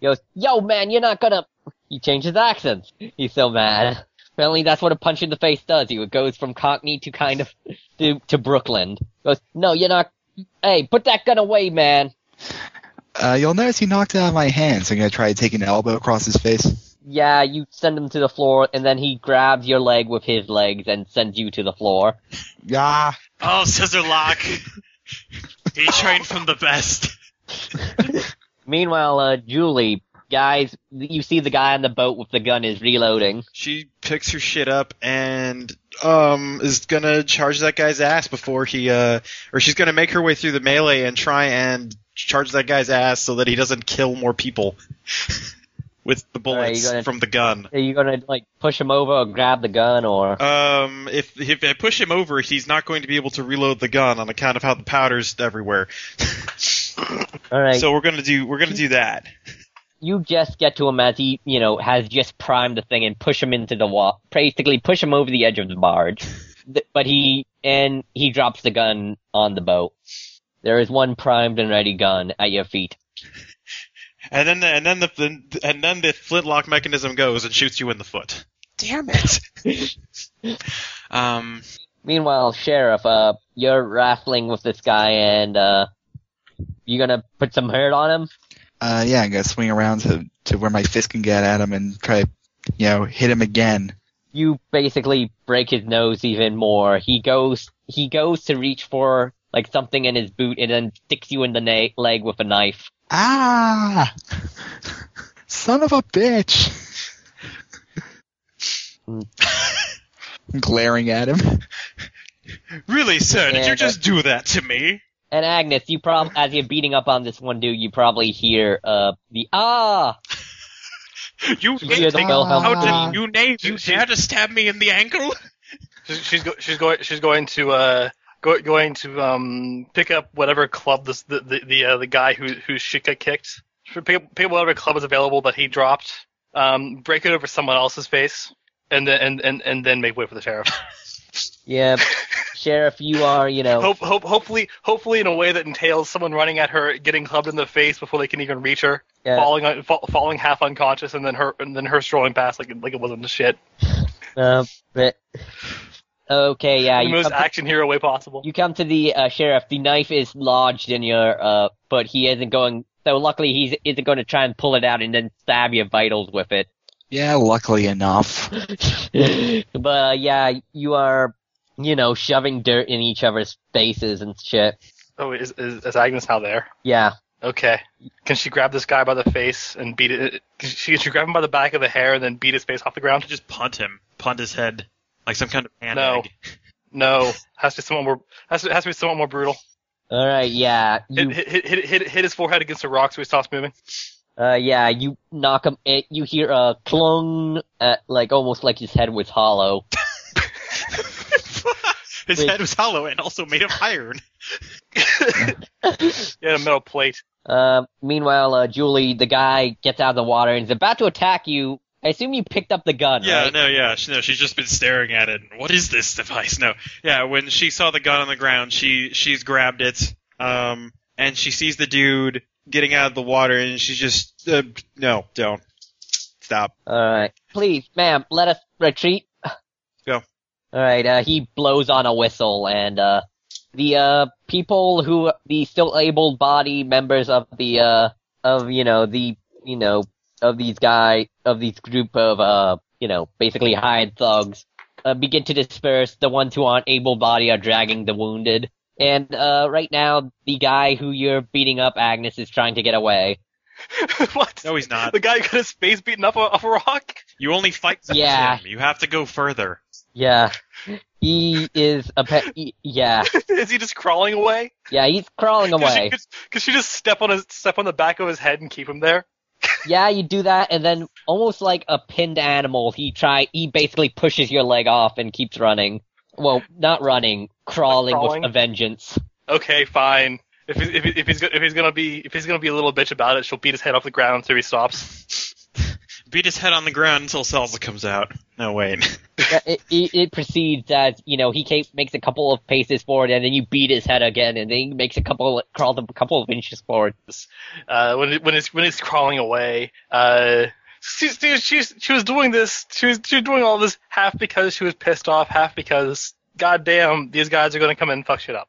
Speaker 2: he goes, "Yo, man, you're not gonna." He changes accents. He's so mad. Apparently, that's what a punch in the face does. He goes from Cockney to kind of to to Brooklyn. Goes, "No, you're not." Hey, put that gun away, man.
Speaker 5: Uh, you'll notice he knocked it out of my hand, so I'm gonna try to take an elbow across his face.
Speaker 2: Yeah, you send him to the floor, and then he grabs your leg with his legs and sends you to the floor.
Speaker 5: Yeah.
Speaker 3: Oh, scissor lock. he trained from the best.
Speaker 2: Meanwhile, uh, Julie, guys, you see the guy on the boat with the gun is reloading.
Speaker 7: She picks her shit up and um is gonna charge that guy's ass before he uh or she's gonna make her way through the melee and try and charge that guy's ass so that he doesn't kill more people with the
Speaker 2: right,
Speaker 7: bullets
Speaker 2: you gonna-
Speaker 7: from the gun.
Speaker 2: Are you gonna like push him over or grab the gun or?
Speaker 7: Um, if if I push him over, he's not going to be able to reload the gun on account of how the powder's everywhere.
Speaker 2: All right,
Speaker 7: So we're gonna do we're gonna do that.
Speaker 2: you just get to him as he, you know, has just primed the thing and push him into the wall. Basically, push him over the edge of the barge. Th- But he and he drops the gun on the boat. There is one primed and ready gun at your feet.
Speaker 7: And then the, and then the and then the flintlock mechanism goes and shoots you in the foot.
Speaker 5: Damn it.
Speaker 7: Um,
Speaker 2: Meanwhile, Sheriff, uh, you're wrestling with this guy and, uh, you gonna put some hurt on him?
Speaker 5: Uh, yeah, I'm gonna swing around to to where my fist can get at him and try, to, you know, hit him again.
Speaker 2: You basically break his nose even more. He goes, he goes to reach for, like, something in his boot and then sticks you in the na- leg with a knife.
Speaker 5: Ah! Son of a bitch! Glaring at him.
Speaker 7: really, sir, did
Speaker 2: Yeah,
Speaker 7: you just do that to me?
Speaker 2: And Agnes, you prob, as you're beating up on this one dude, you probably hear, uh, the, ah!
Speaker 7: You
Speaker 2: You hear the Wilhelm
Speaker 7: how
Speaker 2: scream.
Speaker 5: Ah.
Speaker 7: did you name? You dare to stab me in the ankle?
Speaker 8: She's she's, go, she's going she's going to uh go, going to um pick up whatever club this the the the, uh, the guy who who Shika kicked. She'll Pick up, pick up whatever club is available that he dropped. Um, break it over someone else's face, and then and and, and then make way for the sheriff.
Speaker 2: Yeah, Sheriff, you are, you know,
Speaker 8: Hope, hope, hopefully, hopefully in a way that entails someone running at her, getting clubbed in the face before they can even reach her,
Speaker 2: Yeah.
Speaker 8: falling, un- fa- falling half unconscious, and then her, and then her strolling past like it- like it wasn't a shit.
Speaker 2: uh, but, okay, yeah,
Speaker 8: the
Speaker 2: you
Speaker 8: most
Speaker 2: come to-
Speaker 8: action hero way possible.
Speaker 2: You come to the uh, sheriff. The knife is lodged in your, uh, but he isn't going. So luckily, he isn't going to try and pull it out and then stab your vitals with it.
Speaker 5: Yeah, luckily enough.
Speaker 2: but uh, yeah, you are, you know, shoving dirt in each other's faces and shit.
Speaker 8: oh, is, is is Agnes now there?
Speaker 2: Yeah,
Speaker 8: Okay, can she grab this guy by the face and beat it? Can she, can she grab him by the back of the hair and then beat his face off the ground?
Speaker 3: Just punt him. Punt his head like some kind of hand
Speaker 8: No.
Speaker 3: egg.
Speaker 8: No, has to be someone more. Has to, has to be someone more brutal.
Speaker 2: all right, yeah, you,
Speaker 8: Hit, hit, hit, hit, hit his forehead against a rock so he stops moving.
Speaker 2: uh, yeah, you knock him. It, you hear a clung, at, like almost like his head was hollow.
Speaker 7: His
Speaker 2: Wait.
Speaker 7: head was hollow and also made of iron.
Speaker 8: Yeah, a metal plate.
Speaker 2: Uh, meanwhile, uh, Julie, the guy gets out of the water and is about to attack you. I assume you picked up the gun,
Speaker 7: Yeah,
Speaker 2: right?
Speaker 7: no, yeah, she, no. She's just been staring at it. What is this device? No, yeah. When she saw the gun on the ground, she she's grabbed it. Um, and she sees the dude getting out of the water, and she's just uh, no, don't stop.
Speaker 2: Alright. Please, ma'am, let us retreat.
Speaker 7: Go.
Speaker 2: Alright, uh, he blows on a whistle and, uh, the, uh, people who, the still able body members of the, uh, of, you know, the, you know, of these guy, of these group of, uh, you know, basically hired thugs, uh, begin to disperse. The ones who aren't able body are dragging the wounded. And, uh, right now, the guy who you're beating up, Agnes, is trying to get away.
Speaker 8: what?
Speaker 7: No, he's not.
Speaker 8: The guy who got his face beaten up off a rock?
Speaker 7: You only fight against
Speaker 2: Yeah.
Speaker 7: him. You have to go further.
Speaker 2: Yeah. He is a pet. he- yeah.
Speaker 8: Is he just crawling away?
Speaker 2: Yeah, he's crawling
Speaker 8: Could she-
Speaker 2: away.
Speaker 8: Could, could she just step on his step on the back of his head and keep him there?
Speaker 2: Yeah, you do that, and then almost like a pinned animal, he try he basically pushes your leg off and keeps running. Well, not running, crawling,
Speaker 8: crawling?
Speaker 2: with a vengeance.
Speaker 8: Okay, fine. If he's, if, he- if he's go- if he's gonna be if he's gonna be a little bitch about it, she'll beat his head off the ground until he stops.
Speaker 7: Beat his head on the ground until Salsa comes out. No, wait.
Speaker 2: Yeah, it, it, it proceeds as you know he ca- makes a couple of paces forward, and then you beat his head again, and then he makes a couple crawls a couple of inches forward.
Speaker 8: Uh, when it, when it's when it's crawling away, uh, she, she, she, she was doing this. She was she was doing all this half because she was pissed off, half because goddamn these guys are gonna come in and fuck shit up.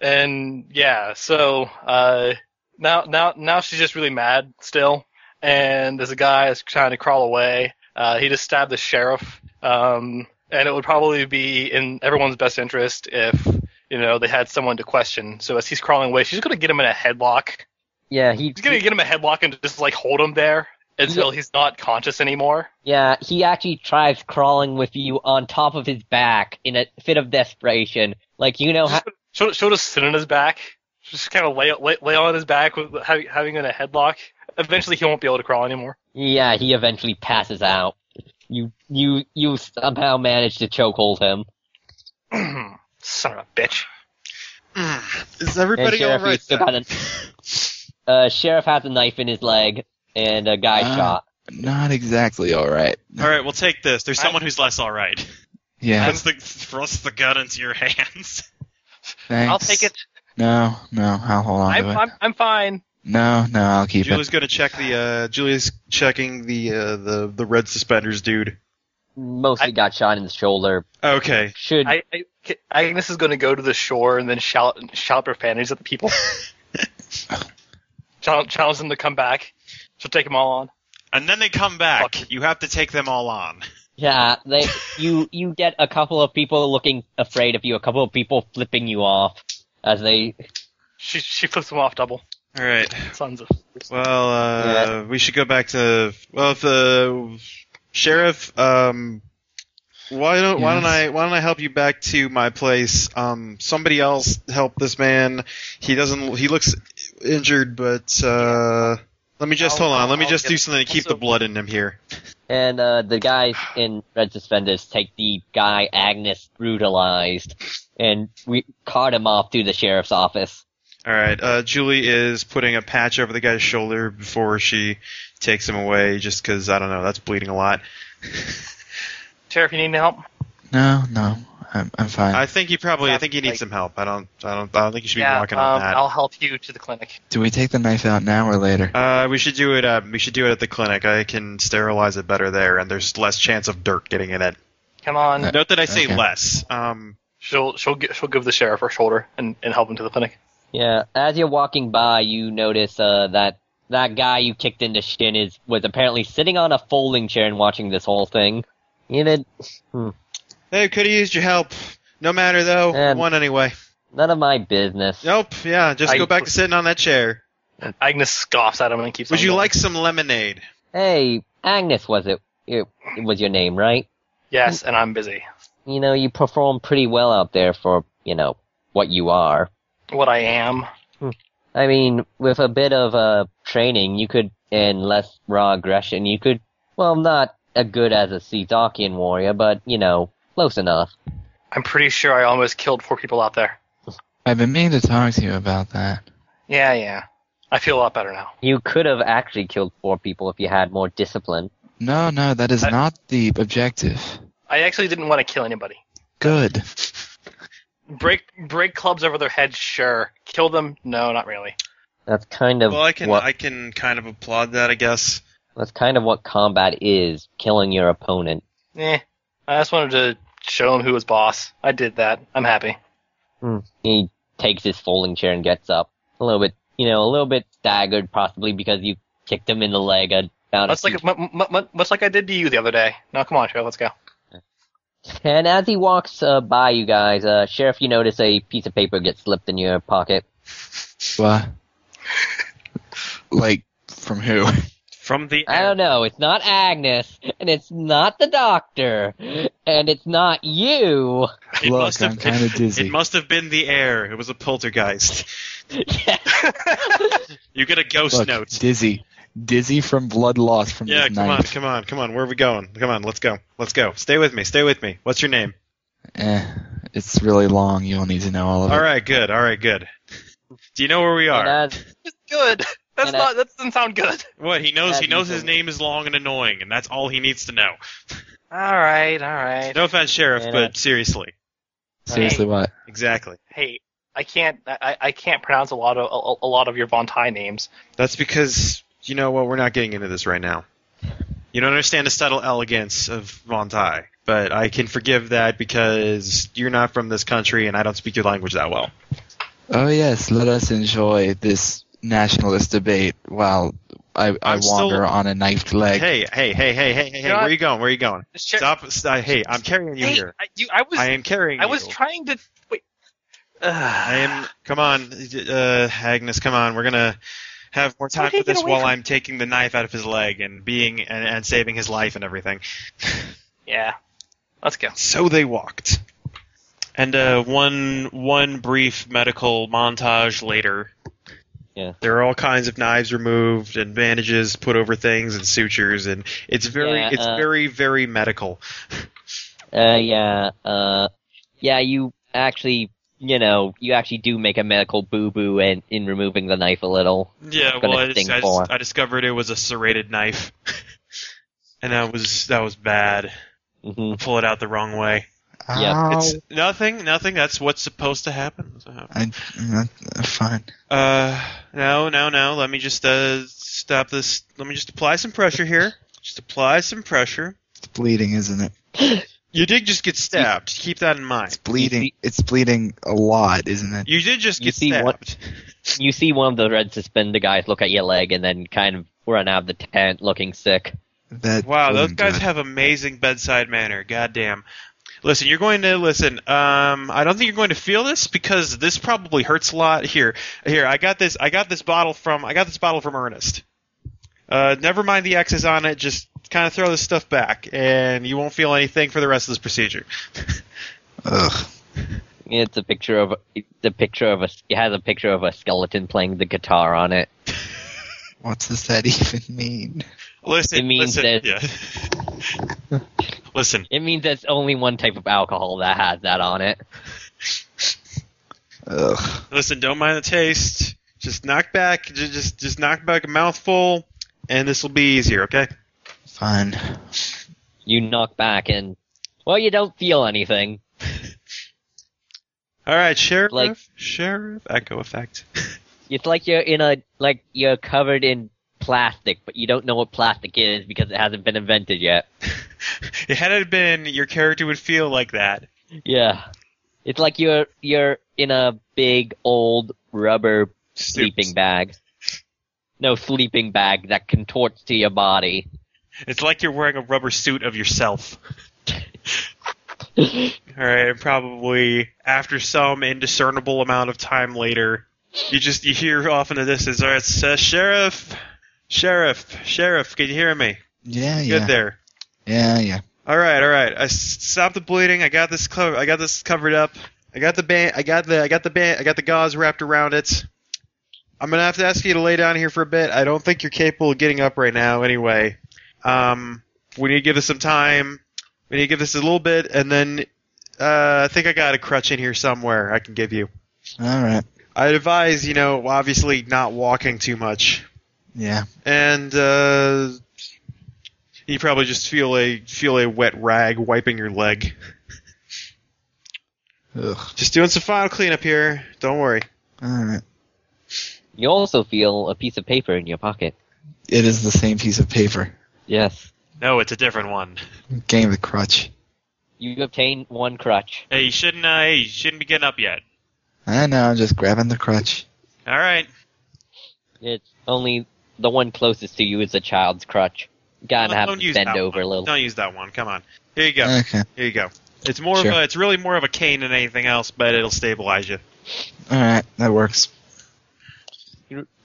Speaker 8: And yeah, so uh, now now now she's just really mad still. And there's a guy that's trying to crawl away. Uh, he just stabbed the sheriff. Um, and it would probably be in everyone's best interest if you know they had someone to question. So as he's crawling away, she's gonna get him in a headlock.
Speaker 2: Yeah, he
Speaker 8: He's gonna get him a headlock and just like hold him there until he's not conscious anymore.
Speaker 2: yeah he actually tries crawling with you on top of his back in a fit of desperation, like you know how
Speaker 8: She'll, she'll just sit on his back, just kind of lay, lay lay on his back with having having him in a headlock. Eventually, he won't be able to crawl anymore.
Speaker 2: Yeah, he eventually passes out. You you you somehow manage to chokehold him.
Speaker 8: Son of a bitch.
Speaker 7: Is
Speaker 2: And
Speaker 7: everybody all
Speaker 2: sheriff,
Speaker 7: right?
Speaker 2: he's still got a, uh, sheriff has a knife in his leg and a guy
Speaker 5: Ah.
Speaker 2: shot.
Speaker 5: Not exactly all right.
Speaker 7: All right, we'll take this. There's someone who's less all right.
Speaker 5: Yeah,
Speaker 7: Puts the thrusts the gun into your hands.
Speaker 5: thanks.
Speaker 8: I'll take it.
Speaker 5: No, no, I'll hold on
Speaker 8: I'm,
Speaker 5: to it.
Speaker 8: I'm I'm fine.
Speaker 5: No, no, I'll keep it.
Speaker 7: Julie's gonna check the. Uh, Julie's checking the uh, the the red suspenders, dude.
Speaker 2: Mostly
Speaker 8: I-
Speaker 2: got shot in the shoulder.
Speaker 7: Okay.
Speaker 2: Should
Speaker 8: I, I Agnes is gonna go to the shore and then shout shout profanities at the people. challenge, challenge them to come back. She'll take them all on.
Speaker 7: And then they come back.
Speaker 8: Fuck.
Speaker 7: You have to take them all on.
Speaker 2: yeah, they you you get a couple of people looking afraid of you, a couple of people flipping you off as they
Speaker 8: She she flips them off double.
Speaker 7: All right.
Speaker 8: Sons of
Speaker 7: Well, uh, we should go back to well, if the sheriff. Um, why don't why don't I why don't I help you back to my place? Um, somebody else help this man. He doesn't. He looks injured, but uh, let me just
Speaker 8: I'll-
Speaker 7: hold on. Let me
Speaker 8: I'll
Speaker 7: just
Speaker 8: get-
Speaker 7: do something to keep the
Speaker 8: also-
Speaker 7: blood in him here.
Speaker 2: and uh, the guys in red suspenders take the guy Agnes brutalized and we cart him off to the sheriff's office.
Speaker 7: All right. Uh, Julie is putting a patch over the guy's shoulder before she takes him away, just because I don't know. That's bleeding a lot.
Speaker 8: Sheriff, you need any help?
Speaker 5: No, no, I'm, I'm fine.
Speaker 7: I think he probably. I think he needs
Speaker 8: Like-
Speaker 7: some help. I don't. I don't. I don't think he should be
Speaker 8: yeah,
Speaker 7: walking on
Speaker 8: um,
Speaker 7: that.
Speaker 8: I'll help you to the clinic.
Speaker 5: Do we take the knife out now or later?
Speaker 7: Uh, we should do it. Uh, we should do it at the clinic. I can sterilize it better there, and there's less chance of dirt getting in it.
Speaker 8: Come on.
Speaker 5: Uh,
Speaker 7: Note that I say
Speaker 5: okay.
Speaker 7: less. Um,
Speaker 8: She'll she'll gi- she'll give the sheriff her shoulder and, and help him to the clinic.
Speaker 2: Yeah, as you're walking by, you notice uh, that that guy you kicked in the shin is was apparently sitting on a folding chair and watching this whole thing. You know,
Speaker 7: hey, could have used your help. No matter though,
Speaker 2: And-
Speaker 7: one anyway.
Speaker 2: none of my business.
Speaker 7: Nope. Yeah, just
Speaker 8: I-
Speaker 7: go back to sitting on that chair.
Speaker 8: Agnes scoffs at him and keeps.
Speaker 7: Would
Speaker 8: on
Speaker 7: you
Speaker 8: going.
Speaker 7: like some lemonade?
Speaker 2: Hey, Agnes, was it? It, it was your name, right?
Speaker 8: Yes, and I'm busy.
Speaker 2: You know, you perform pretty well out there for you know what you are.
Speaker 8: What I am.
Speaker 2: I mean, with a bit of uh, training, you could, and less raw aggression, you could. Well, not as good as a Sea Darkian warrior, but you know, close enough.
Speaker 8: I'm pretty sure I almost killed four people out there.
Speaker 5: I've been meaning to talk to you about that.
Speaker 8: Yeah, yeah. I feel a lot better now.
Speaker 2: You could have actually killed four people if you had more discipline.
Speaker 5: No, no, that is
Speaker 8: I-
Speaker 5: not the objective.
Speaker 8: I actually didn't want to kill anybody.
Speaker 5: Good.
Speaker 8: Break break clubs over their heads, sure. Kill them? No, not really.
Speaker 2: That's kind of
Speaker 7: Well, I can.
Speaker 2: what
Speaker 7: I can kind of applaud that, I guess.
Speaker 2: that's kind of what combat is: killing your opponent.
Speaker 8: Eh. I just wanted to show him who was boss. I did that. I'm happy.
Speaker 2: He takes his folding chair and gets up, a little bit, you know, a little bit staggered, possibly because you kicked him in the leg. About
Speaker 8: Much
Speaker 2: a
Speaker 8: like mu- mu- mu- much like I did to you the other day. Now come on, Cheryl, let's go.
Speaker 2: And as he walks uh, by you guys, uh, Sheriff, you notice a piece of paper gets slipped in your pocket.
Speaker 5: What? like From who?
Speaker 7: From the
Speaker 2: I don't know. It's not Agnes, and it's not the doctor, and it's not you.
Speaker 7: It
Speaker 5: Look,
Speaker 7: must have-
Speaker 5: I'm kind of dizzy.
Speaker 7: It must have been the air. It was a poltergeist.
Speaker 2: Yeah.
Speaker 7: You get a ghost
Speaker 5: Look,
Speaker 7: note.
Speaker 5: dizzy, dizzy from blood loss from
Speaker 7: Yeah,
Speaker 5: this
Speaker 7: come on,
Speaker 5: night.
Speaker 7: come on, come on. Where are we going? Come on, let's go. Let's go. Stay with me. Stay with me. What's your name?
Speaker 5: Eh, it's really long. You'll need to know all of
Speaker 7: All
Speaker 5: it.
Speaker 7: right, good. All right, good. Do you know where we
Speaker 2: And
Speaker 7: are?
Speaker 2: as-
Speaker 8: Good. That's
Speaker 2: And I-
Speaker 8: not. That doesn't sound good.
Speaker 7: What he knows, he
Speaker 2: That's
Speaker 7: knows his
Speaker 2: easy.
Speaker 7: name is long and annoying, and that's all he needs to know.
Speaker 8: All right. All right.
Speaker 7: No offense, sheriff,
Speaker 2: And, uh,
Speaker 7: but seriously,
Speaker 5: Seriously, what?
Speaker 7: exactly.
Speaker 8: Hey, I can't. I, I- I can't pronounce a lot of a, a- a lot of your Von Ty names.
Speaker 7: That's because you know what? We're not getting into this right now. You don't understand the subtle elegance of Von Ty, but I can forgive that because you're not from this country, and I don't speak your language that well.
Speaker 5: Oh yes, let us enjoy this nationalist debate while I, I
Speaker 7: I'm still-
Speaker 5: wander on a knifed leg.
Speaker 7: Hey, hey, hey, hey, hey, hey! hey,
Speaker 8: You're
Speaker 7: Where
Speaker 8: not-
Speaker 7: you going? Where you going?
Speaker 8: Sure.
Speaker 7: Stop! st- Hey, I'm carrying you
Speaker 8: Hey,
Speaker 7: here.
Speaker 8: I, you, I was.
Speaker 7: I
Speaker 8: I,
Speaker 7: am carrying.
Speaker 8: was
Speaker 7: you.
Speaker 8: trying to. Wait.
Speaker 7: I am. Come on, uh, Agnes. Come on. We're gonna have more time
Speaker 8: Why
Speaker 7: for
Speaker 8: did I get
Speaker 7: this
Speaker 8: away
Speaker 7: while
Speaker 8: from-
Speaker 7: I'm taking the knife out of his leg and being and, and saving his life and everything.
Speaker 8: Yeah. Let's go.
Speaker 7: So they walked. And uh, one one brief medical montage later.
Speaker 2: Yeah.
Speaker 7: There are all kinds of knives removed and bandages put over things and sutures and it's very
Speaker 2: Yeah,
Speaker 7: it's
Speaker 2: uh,
Speaker 7: very very medical.
Speaker 2: Uh, yeah, uh, yeah, you actually, you know, you actually do make a medical boo-boo in, in removing the knife a little.
Speaker 7: Yeah,
Speaker 2: It's gonna
Speaker 7: well, I, dis-
Speaker 2: sting
Speaker 7: I dis-
Speaker 2: more.
Speaker 7: I discovered it was a serrated knife, and that was that was bad.
Speaker 2: hmm
Speaker 7: Pull it out the wrong way.
Speaker 2: Yeah,
Speaker 5: Ow.
Speaker 7: It's nothing, nothing. That's what's supposed to happen. That's what happened.
Speaker 5: I, mm, uh, fine.
Speaker 7: Uh, no, no, no. Let me just uh stop this. Let me just apply some pressure here. Just apply some pressure.
Speaker 5: It's bleeding, isn't it?
Speaker 7: You did just get stabbed. Keep that in
Speaker 5: It's
Speaker 7: mind.
Speaker 5: bleeding. It's bleeding a lot, isn't it?
Speaker 7: You did just
Speaker 2: You
Speaker 7: get
Speaker 2: see
Speaker 7: stabbed.
Speaker 2: what- You see one of the red suspender guys look at your leg and then kind of run out of the tent looking sick.
Speaker 5: That
Speaker 7: Wow, those
Speaker 5: wouldn't do
Speaker 7: guys
Speaker 5: it.
Speaker 7: have amazing bedside manner. Goddamn. Listen, you're going to listen. Um, I don't think you're going to feel this because this probably hurts a lot. Here, here, I got this. I got this bottle from. I got this bottle from Ernest. Uh, never mind the X's on it. Just kind of throw this stuff back, and you won't feel anything for the rest of this procedure.
Speaker 5: Ugh.
Speaker 2: It's a picture of the picture of a it has a picture of a skeleton playing the guitar on it.
Speaker 5: What does that even mean?
Speaker 7: Listen,
Speaker 2: It means
Speaker 7: listen,
Speaker 2: that-
Speaker 7: yeah. listen.
Speaker 2: It means there's only one type of alcohol that has that on it.
Speaker 5: Ugh.
Speaker 7: Listen, don't mind the taste. Just knock back. ju- Just just knock back a mouthful, and this will be easier. Okay.
Speaker 5: Fine.
Speaker 2: You knock back and well, you don't feel anything.
Speaker 7: All right, sheriff.
Speaker 2: Like-
Speaker 7: sheriff. Echo effect.
Speaker 2: It's like you're in a like you're covered in plastic, but you don't know what plastic is because it hasn't been invented yet.
Speaker 7: Had it been, your character would feel like that.
Speaker 2: Yeah. It's like you're you're in a big old rubber sleeping bag. No sleeping bag that contorts to your body.
Speaker 7: It's like you're wearing a rubber suit of yourself. All right, and probably after some indiscernible amount of time later, you just you hear off in the distance. All right, it's, uh, sheriff, sheriff, sheriff. Can you hear me?
Speaker 5: Yeah,
Speaker 7: Good
Speaker 5: yeah.
Speaker 7: there.
Speaker 5: Yeah, yeah.
Speaker 7: All right, all right. I s- stopped the bleeding. I got this cover. I got this covered up. I got the band. I got the. I got the band. I got the gauze wrapped around it. I'm gonna have to ask you to lay down here for a bit. I don't think you're capable of getting up right now. Anyway, um, we need to give this some time. We need to give this a little bit, and then uh, I think I got a crutch in here somewhere. I can give you.
Speaker 5: All right.
Speaker 7: I'd advise, you know, obviously not walking too much
Speaker 5: Yeah.
Speaker 7: and uh, you probably just feel a feel a wet rag wiping your leg.
Speaker 5: Ugh.
Speaker 7: Just doing some final cleanup here. Don't worry.
Speaker 5: All right.
Speaker 2: You also feel a piece of paper in your pocket.
Speaker 5: It is the same piece of paper.
Speaker 2: Yes.
Speaker 7: No, it's a different one.
Speaker 5: Game of crutch.
Speaker 2: You obtain one crutch.
Speaker 7: Hey, you shouldn't. Uh, hey, you shouldn't be getting up yet.
Speaker 5: I know. I'm just grabbing the crutch.
Speaker 7: All right.
Speaker 2: It's only the one closest to you is a child's crutch. Gotta
Speaker 7: Don't-
Speaker 2: have
Speaker 7: don't
Speaker 2: to
Speaker 7: use
Speaker 2: bend
Speaker 7: that
Speaker 2: over
Speaker 7: one.
Speaker 2: a little.
Speaker 7: Don't use that one. Come on. Here you go.
Speaker 5: Okay.
Speaker 7: Here you go. It's more
Speaker 5: Sure.
Speaker 7: of a, it's really more of a cane than anything else, but it'll stabilize you.
Speaker 5: All right. That works.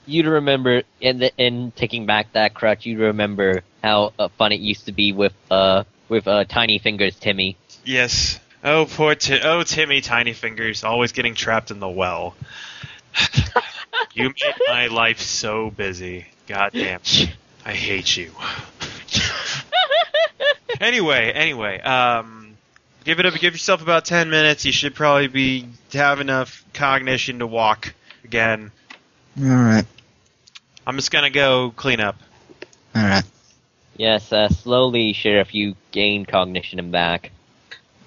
Speaker 2: you'd remember in the, in taking back that crutch, you'd remember how uh, fun it used to be with uh with uh tiny fingers Timmy.
Speaker 7: Yes. Oh, poor Ti- oh Timmy, tiny fingers, always getting trapped in the well. you made my life so busy. God damn, I hate you. anyway, anyway, um, give it up. Give yourself about ten minutes. You should probably be have enough cognition to walk again.
Speaker 5: All right.
Speaker 7: I'm just gonna go clean up.
Speaker 5: All right.
Speaker 2: Yes, uh, slowly, Sheriff, you gain cognition and back.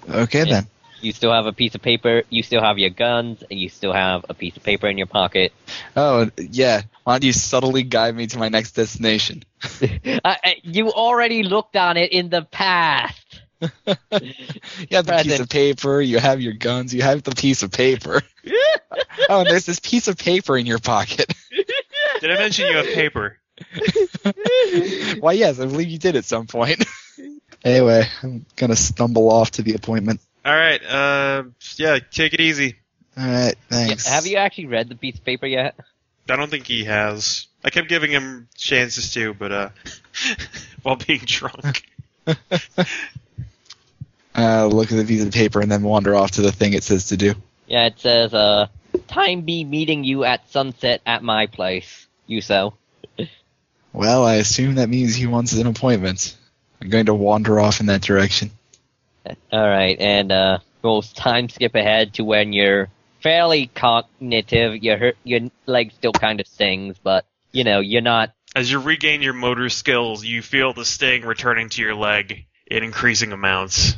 Speaker 5: Okay
Speaker 2: Yeah.
Speaker 5: then.
Speaker 2: You still have a piece of paper. You still have your guns, and you still have a piece of paper in your pocket.
Speaker 5: Oh yeah. Why don't you subtly guide me to my next destination?
Speaker 2: I, I- you already looked on it in the past.
Speaker 5: You have the piece
Speaker 2: Present.
Speaker 5: of paper. You have your guns. You have the piece of paper. oh, and there's this piece of paper in your pocket.
Speaker 7: Did I mention you have paper?
Speaker 5: Why, yes, I believe you did at some point. anyway, I'm gonna stumble off to the appointment.
Speaker 7: All right. Uh, yeah, take it easy.
Speaker 5: All right,
Speaker 2: Yeah,
Speaker 5: thanks.
Speaker 2: Have you actually read the piece of paper yet?
Speaker 7: I don't think he has. I kept giving him chances too, but uh, while being drunk.
Speaker 5: Uh, look at the piece of paper and then wander off to the thing it says to do.
Speaker 2: Yeah, it says, uh, time be meeting you at sunset at my place. You so.
Speaker 5: Well, I assume that means he wants an appointment. I'm going to wander off in that direction.
Speaker 2: Alright, and, uh, we'll time skip ahead to when you're fairly cognitive. Your, hurt- your leg still kind of stings, but, you know, you're not,
Speaker 7: As you regain your motor skills, you feel the sting returning to your leg in increasing amounts.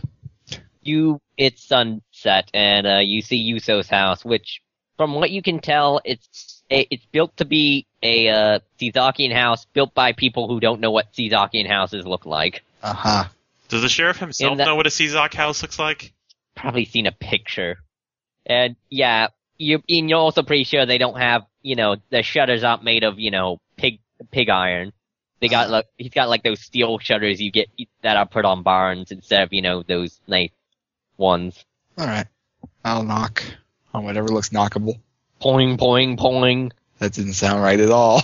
Speaker 2: you, it's sunset, and, uh, you see Yuso's house, which, from what you can tell, it's, a, it's built to be a, uh, Cizakian house built by people who don't know what Cizakian houses look like.
Speaker 5: Uh huh.
Speaker 7: Does the sheriff himself
Speaker 2: In that-
Speaker 7: know what a Czok house looks like?
Speaker 2: probably seen a picture. And yeah, you and you're also pretty sure they don't have you know the shutters aren't made of you know pig pig iron. They got like he's got like those steel shutters you get that are put on barns instead of you know those nice ones.
Speaker 5: All right. I'll knock on whatever looks knockable.
Speaker 2: Poing poing poing.
Speaker 5: That didn't sound right at all.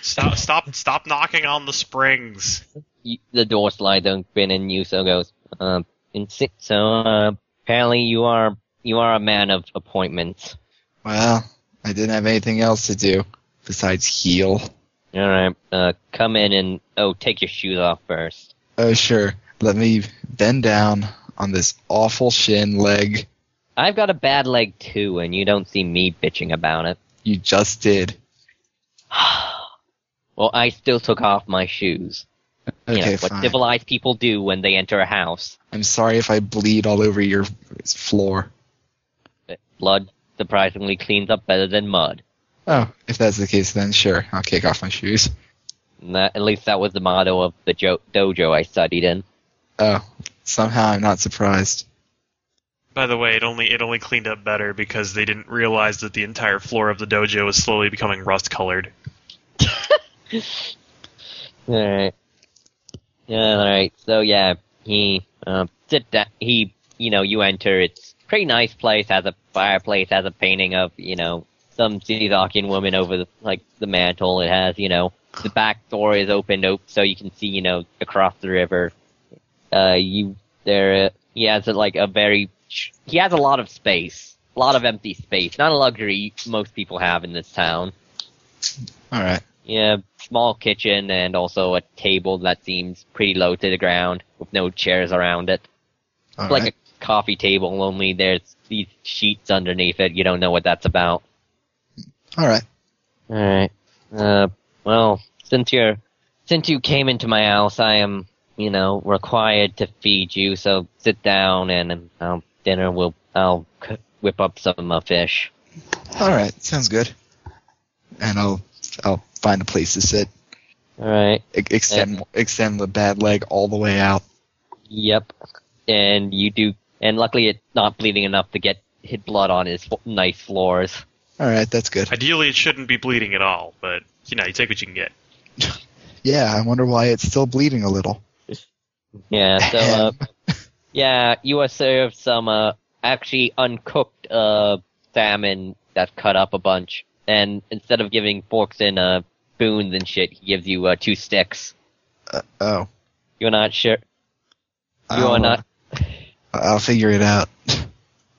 Speaker 7: Stop! stop! Stop knocking on the springs.
Speaker 2: You- the door slides open and Yuso goes. Uh, and si- so uh, apparently you are you are a man of appointments.
Speaker 5: Well, I didn't have anything else to do besides heal.
Speaker 2: All right, uh, come in and oh, take your shoes off first.
Speaker 5: Oh, sure. Let me bend down on this awful shin leg.
Speaker 2: I've got a bad leg too, and you don't see me bitching about it.
Speaker 5: You just did.
Speaker 2: Well, I still took off my shoes. You know,
Speaker 5: Okay,
Speaker 2: what
Speaker 5: fine.
Speaker 2: civilized people do when they enter a house.
Speaker 5: I'm sorry if I bleed all over your floor.
Speaker 2: Blood surprisingly cleans up better than mud.
Speaker 5: Oh, if that's the case, then sure, I'll kick off my shoes.
Speaker 2: And that, at least that was the motto of the jo- dojo I studied in.
Speaker 5: Oh, somehow I'm not surprised.
Speaker 7: By the way, it only it only cleaned up better because they didn't realize that the entire floor of the dojo was slowly becoming rust colored.
Speaker 2: Alright. Yeah, alright. So yeah, he uh, sit down. He, you know, you enter. It's a pretty nice place. Has a fireplace. Has a painting of you know some Zizakian woman over the like the mantle. It has you know the back door is opened up so you can see you know across the river. Uh, you there? Uh, he has a, like a very. He has a lot of space. A lot of empty space. Not a luxury most people have in this town.
Speaker 5: All right.
Speaker 2: Yeah, small kitchen and also a table that seems pretty low to the ground with no chairs around it.
Speaker 5: all
Speaker 2: It's like
Speaker 5: right.
Speaker 2: a coffee table, only there's these sheets underneath it. You don't know what that's about.
Speaker 5: all right.
Speaker 2: Alright. Uh, well, since you're, since you came into my house, I am, you know, required to feed you, so sit down and, um, I'll- dinner will, I'll c- whip up some uh, fish.
Speaker 5: All right. Sounds good. And I'll I'll find a place to sit.
Speaker 2: Alright.
Speaker 5: E- extend extend the bad leg all the way out.
Speaker 2: Yep. And you do, and luckily it's not bleeding enough to get hit blood on his fo- nice floors.
Speaker 5: All right. That's good.
Speaker 7: Ideally, it shouldn't be bleeding at all, but you know, you take what you can get.
Speaker 5: Yeah. I wonder why it's still bleeding a little.
Speaker 2: Yeah, so, uh, yeah, you are served some, uh, actually uncooked, uh, salmon that's cut up a bunch. and instead of giving forks and uh, spoons and shit, he gives you uh, two sticks.
Speaker 9: Oh.
Speaker 2: You're not sure. You
Speaker 9: I'll,
Speaker 2: are not.
Speaker 9: I'll figure it out.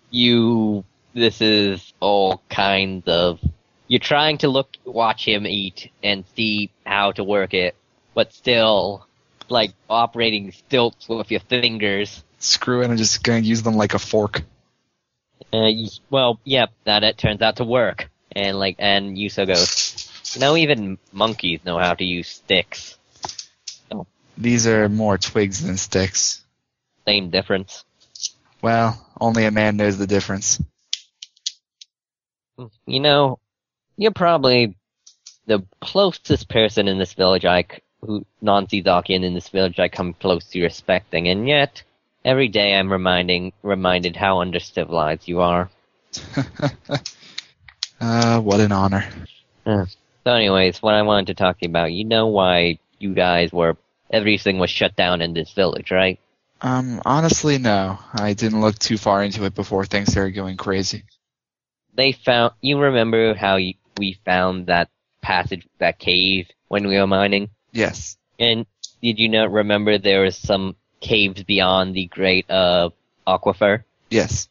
Speaker 2: You. This is all kinds of. You're trying to look, watch him eat, and see how to work it, but still, like operating stilts with your fingers.
Speaker 9: Screw it, I'm just gonna use them like a fork.
Speaker 2: Uh, you, well, yep, that it turns out to work, and like, and Yuso goes. No, even monkeys know how to use sticks.
Speaker 9: These are more twigs than sticks.
Speaker 2: Same difference.
Speaker 9: Well, only a man knows the difference.
Speaker 2: You know, you're probably the closest person in this village I, c- who, non-Zizakian in this village I come close to respecting, and yet, every day I'm reminding, reminded how undercivilized you are.
Speaker 9: uh, what an honor.
Speaker 2: So anyways, what I wanted to talk to you about, you know why you guys were, everything was shut down in this village, right?
Speaker 9: Um, honestly, no. I didn't look too far into it before things started going crazy.
Speaker 2: They found, you remember how you, we found that passage, that cave when we were mining?
Speaker 9: Yes.
Speaker 2: And did you not remember there was some caves beyond the great uh aquifer?
Speaker 9: Yes.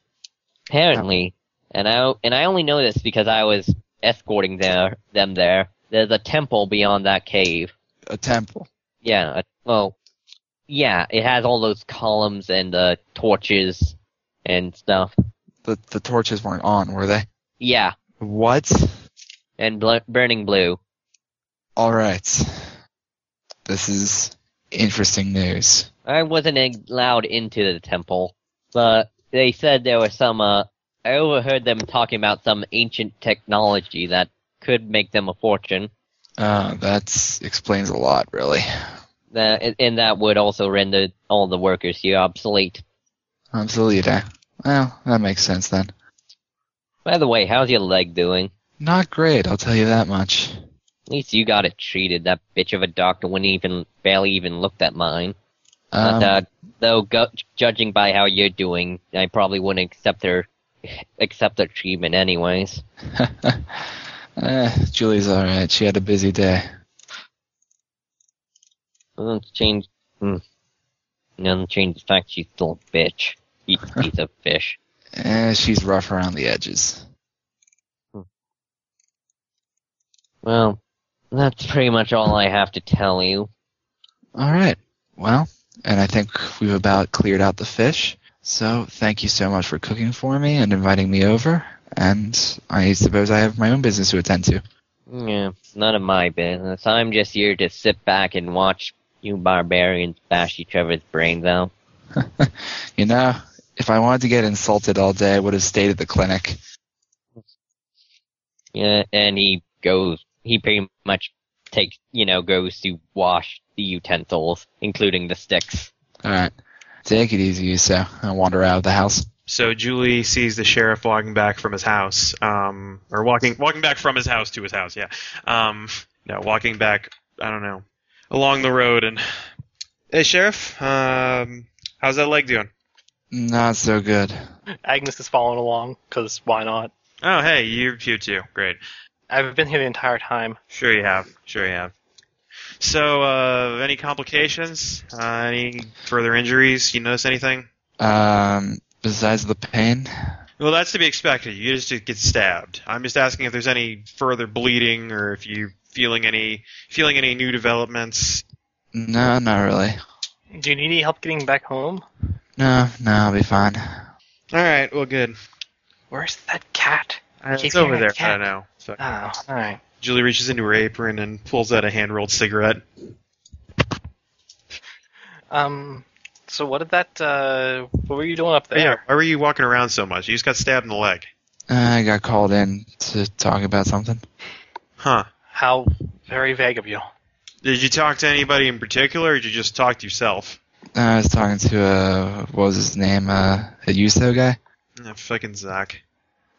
Speaker 2: Apparently, and I and I only know this because I was escorting there them there. There's a temple beyond that cave.
Speaker 9: A temple.
Speaker 2: Yeah, a- well, yeah, it has all those columns and uh, torches and stuff.
Speaker 9: The the torches weren't on, were they?
Speaker 2: Yeah,
Speaker 9: What?
Speaker 2: and bl- burning blue.
Speaker 9: All right. This is interesting news.
Speaker 2: I wasn't in- allowed into the temple, but they said there was some, uh, I overheard them talking about some ancient technology that could make them a fortune.
Speaker 9: Uh, that explains a lot, really.
Speaker 2: That, and that would also render all the workers here obsolete.
Speaker 9: Absolutely. Well, that makes sense then.
Speaker 2: By the way, how's your leg doing?
Speaker 9: Not great, I'll tell you that much.
Speaker 2: At least you got it treated. That bitch of a doctor wouldn't even, barely even looked at mine.
Speaker 9: Um,
Speaker 2: but, uh, though, go, judging by how you're doing, I probably wouldn't accept her, accept her treatment anyways.
Speaker 9: eh, Julie's all right. She had a busy day.
Speaker 2: Doesn't change. Hmm. Doesn't change the fact she's still a bitch. Eat a piece of fish.
Speaker 9: Eh, she's rough around the edges.
Speaker 2: Well, that's pretty much all I have to tell you.
Speaker 9: All right. Well, and I think we've about cleared out the fish. So thank you so much for cooking for me and inviting me over. And I suppose I have my own business to attend to.
Speaker 2: Yeah, it's none of my business. I'm just here to sit back and watch you barbarians bash each other's brains out.
Speaker 9: You know, if I wanted to get insulted all day, I would have stayed at the clinic.
Speaker 2: Yeah, and he goes. He pretty much takes, you know, goes to wash the utensils, including the sticks.
Speaker 9: All right. Take it easy, so I'll wander out of the house.
Speaker 7: So Julie sees the sheriff walking back from his house, um, or walking walking back from his house to his house. Yeah, um, no, walking back. I don't know, along the road. And hey, sheriff, um, how's that leg doing?
Speaker 9: Not so good.
Speaker 4: Agnes is following along because why not?
Speaker 7: Oh, hey, you're here too. Great.
Speaker 4: I've been here the entire time.
Speaker 7: Sure you have. Sure you have. So, uh, any complications? Uh, any further injuries? You notice anything?
Speaker 9: Um, besides the pain,
Speaker 7: Well, that's to be expected. You just get stabbed. I'm just asking if there's any further bleeding or if you're feeling any feeling any new developments.
Speaker 9: no, not really.
Speaker 4: Do you need any help getting back home?
Speaker 9: No, no, I'll be fine.
Speaker 7: All right. Well, good.
Speaker 4: Where's that cat?
Speaker 7: Uh,
Speaker 4: Keep
Speaker 7: It's over
Speaker 4: hearing
Speaker 7: there.
Speaker 4: that
Speaker 7: I
Speaker 4: cat.
Speaker 7: don't know. So-
Speaker 4: Oh, all right.
Speaker 7: Julie reaches into her apron and pulls out a hand-rolled cigarette.
Speaker 4: Um, so what did that? Uh, what were you doing up there?
Speaker 7: Yeah. Why were you walking around so much? You just got stabbed in the leg.
Speaker 9: I got called in to talk about something.
Speaker 7: Huh?
Speaker 4: How very vague of you.
Speaker 7: Did you talk to anybody in particular, or did you just talk to yourself?
Speaker 9: I was talking to uh, what was his name? Uh, a Yuso guy.
Speaker 7: Yeah, fucking Zach.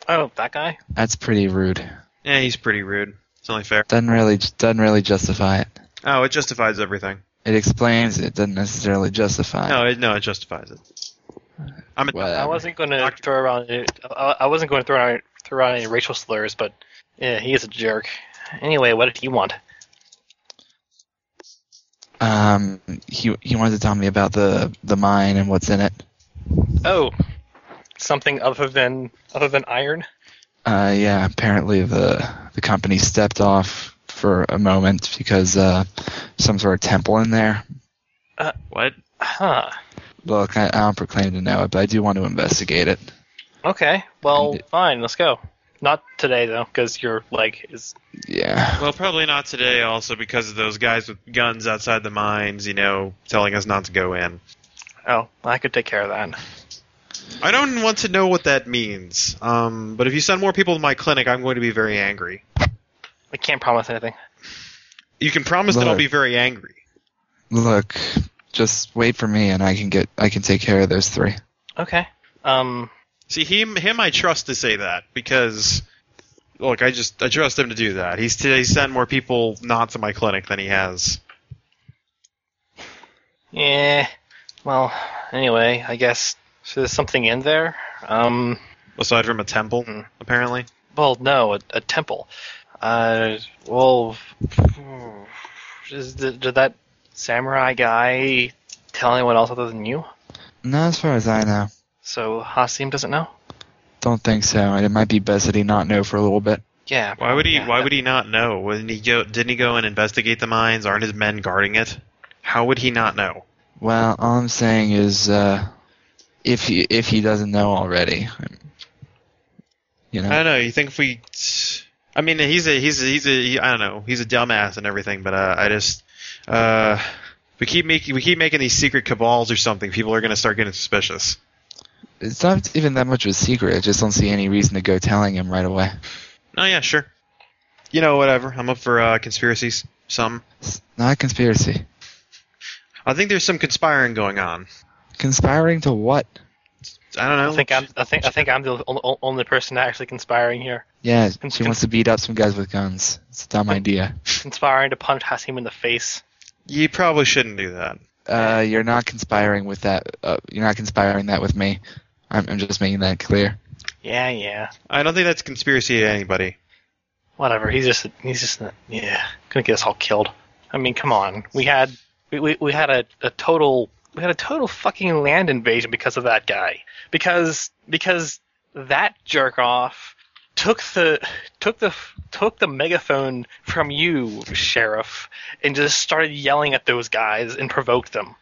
Speaker 4: Oh, that guy.
Speaker 9: That's pretty rude.
Speaker 7: Yeah, he's pretty rude. It's only fair.
Speaker 9: Doesn't really doesn't really justify it.
Speaker 7: Oh, it justifies everything.
Speaker 9: It explains it. Doesn't necessarily justify.
Speaker 7: No, it, no, it justifies it. I'm a
Speaker 9: It. Whatever.
Speaker 4: I wasn't going to
Speaker 7: Doctor-
Speaker 4: throw around. I I wasn't going to throw around, throw around any racial slurs, but Yeah, he is a jerk. Anyway, what did he want?
Speaker 9: Um, he he wanted to tell me about the the mine and what's in it.
Speaker 4: Oh, something other than other than iron.
Speaker 9: Uh, yeah, apparently the the company stepped off for a moment because uh, some sort of temple in there.
Speaker 10: What?
Speaker 4: Huh.
Speaker 9: Look, I, I don't proclaim to know it, but I do want to investigate it.
Speaker 4: Okay. Well,
Speaker 9: And it-
Speaker 4: fine. Let's go. Not today though, because your leg is.
Speaker 9: Yeah.
Speaker 7: Well, probably not today, also because of those guys with guns outside the mines, you know, telling us not to go in.
Speaker 4: Oh, I could take care of that.
Speaker 7: I don't want to know what that means. Um, but if you send more people to my clinic, I'm going to be very angry.
Speaker 4: I can't promise anything.
Speaker 7: You can promise that I'll
Speaker 9: Look.
Speaker 7: be very angry.
Speaker 9: Look, just wait for me, and I can get I can take care of those three.
Speaker 4: Okay. Um.
Speaker 7: See, him, him, I trust to say that because, look, I just I trust him to do that. He's he's sent more people not to my clinic than he has.
Speaker 4: Yeah. Well. Anyway, I guess so there's something in there. Um.
Speaker 7: Aside from a temple,
Speaker 4: Hmm.
Speaker 7: apparently.
Speaker 4: Well, no, a, a temple. Uh, well, is the, did that samurai guy tell anyone else other than you?
Speaker 9: Not as far as I know.
Speaker 4: So Hasim doesn't know.
Speaker 9: Don't think so. and It might be best that he not know for a little bit.
Speaker 4: Yeah.
Speaker 7: Why would he?
Speaker 4: yeah,
Speaker 7: why
Speaker 4: that-
Speaker 7: would he not know? Wouldn't he go? Didn't he go and investigate the mines? Aren't his men guarding it? How would he not know?
Speaker 9: Well, all I'm saying is, uh, if he if he doesn't know already, you know.
Speaker 7: I don't know. You think if we? I mean, he's a he's a, he's a he, I don't know. He's a dumbass and everything, but uh, I just uh, we keep making we keep making these secret cabals or something. People are gonna start getting suspicious.
Speaker 9: It's not even that much of a secret. I just don't see any reason to go telling him right away.
Speaker 7: Oh yeah, sure. You know, whatever. I'm up for uh, conspiracies. Some.
Speaker 9: It's not a conspiracy.
Speaker 7: I think there's some conspiring going on.
Speaker 9: Conspiring to what?
Speaker 7: I don't know.
Speaker 4: I think I'm. I think I think I'm the o- only person actually conspiring here,
Speaker 9: Yeah,
Speaker 4: Cons-
Speaker 9: she wants to beat up some guys with guns. It's a dumb idea.
Speaker 4: conspiring to punch Hasim in the face.
Speaker 7: you probably shouldn't do that.
Speaker 9: Uh, you're not conspiring with that. Uh, you're not conspiring that with me. I'm, I'm just making that clear.
Speaker 4: Yeah, yeah.
Speaker 7: I don't think that's conspiracy to anybody.
Speaker 4: Whatever. He's just. He's just. a- Yeah. Gonna get us all killed. I mean, come on. We had. We, we, we had a, a total. We had a total fucking land invasion because of that guy. Because because that jerk off took the took the took the megaphone from you, sheriff, and just started yelling at those guys and provoked them.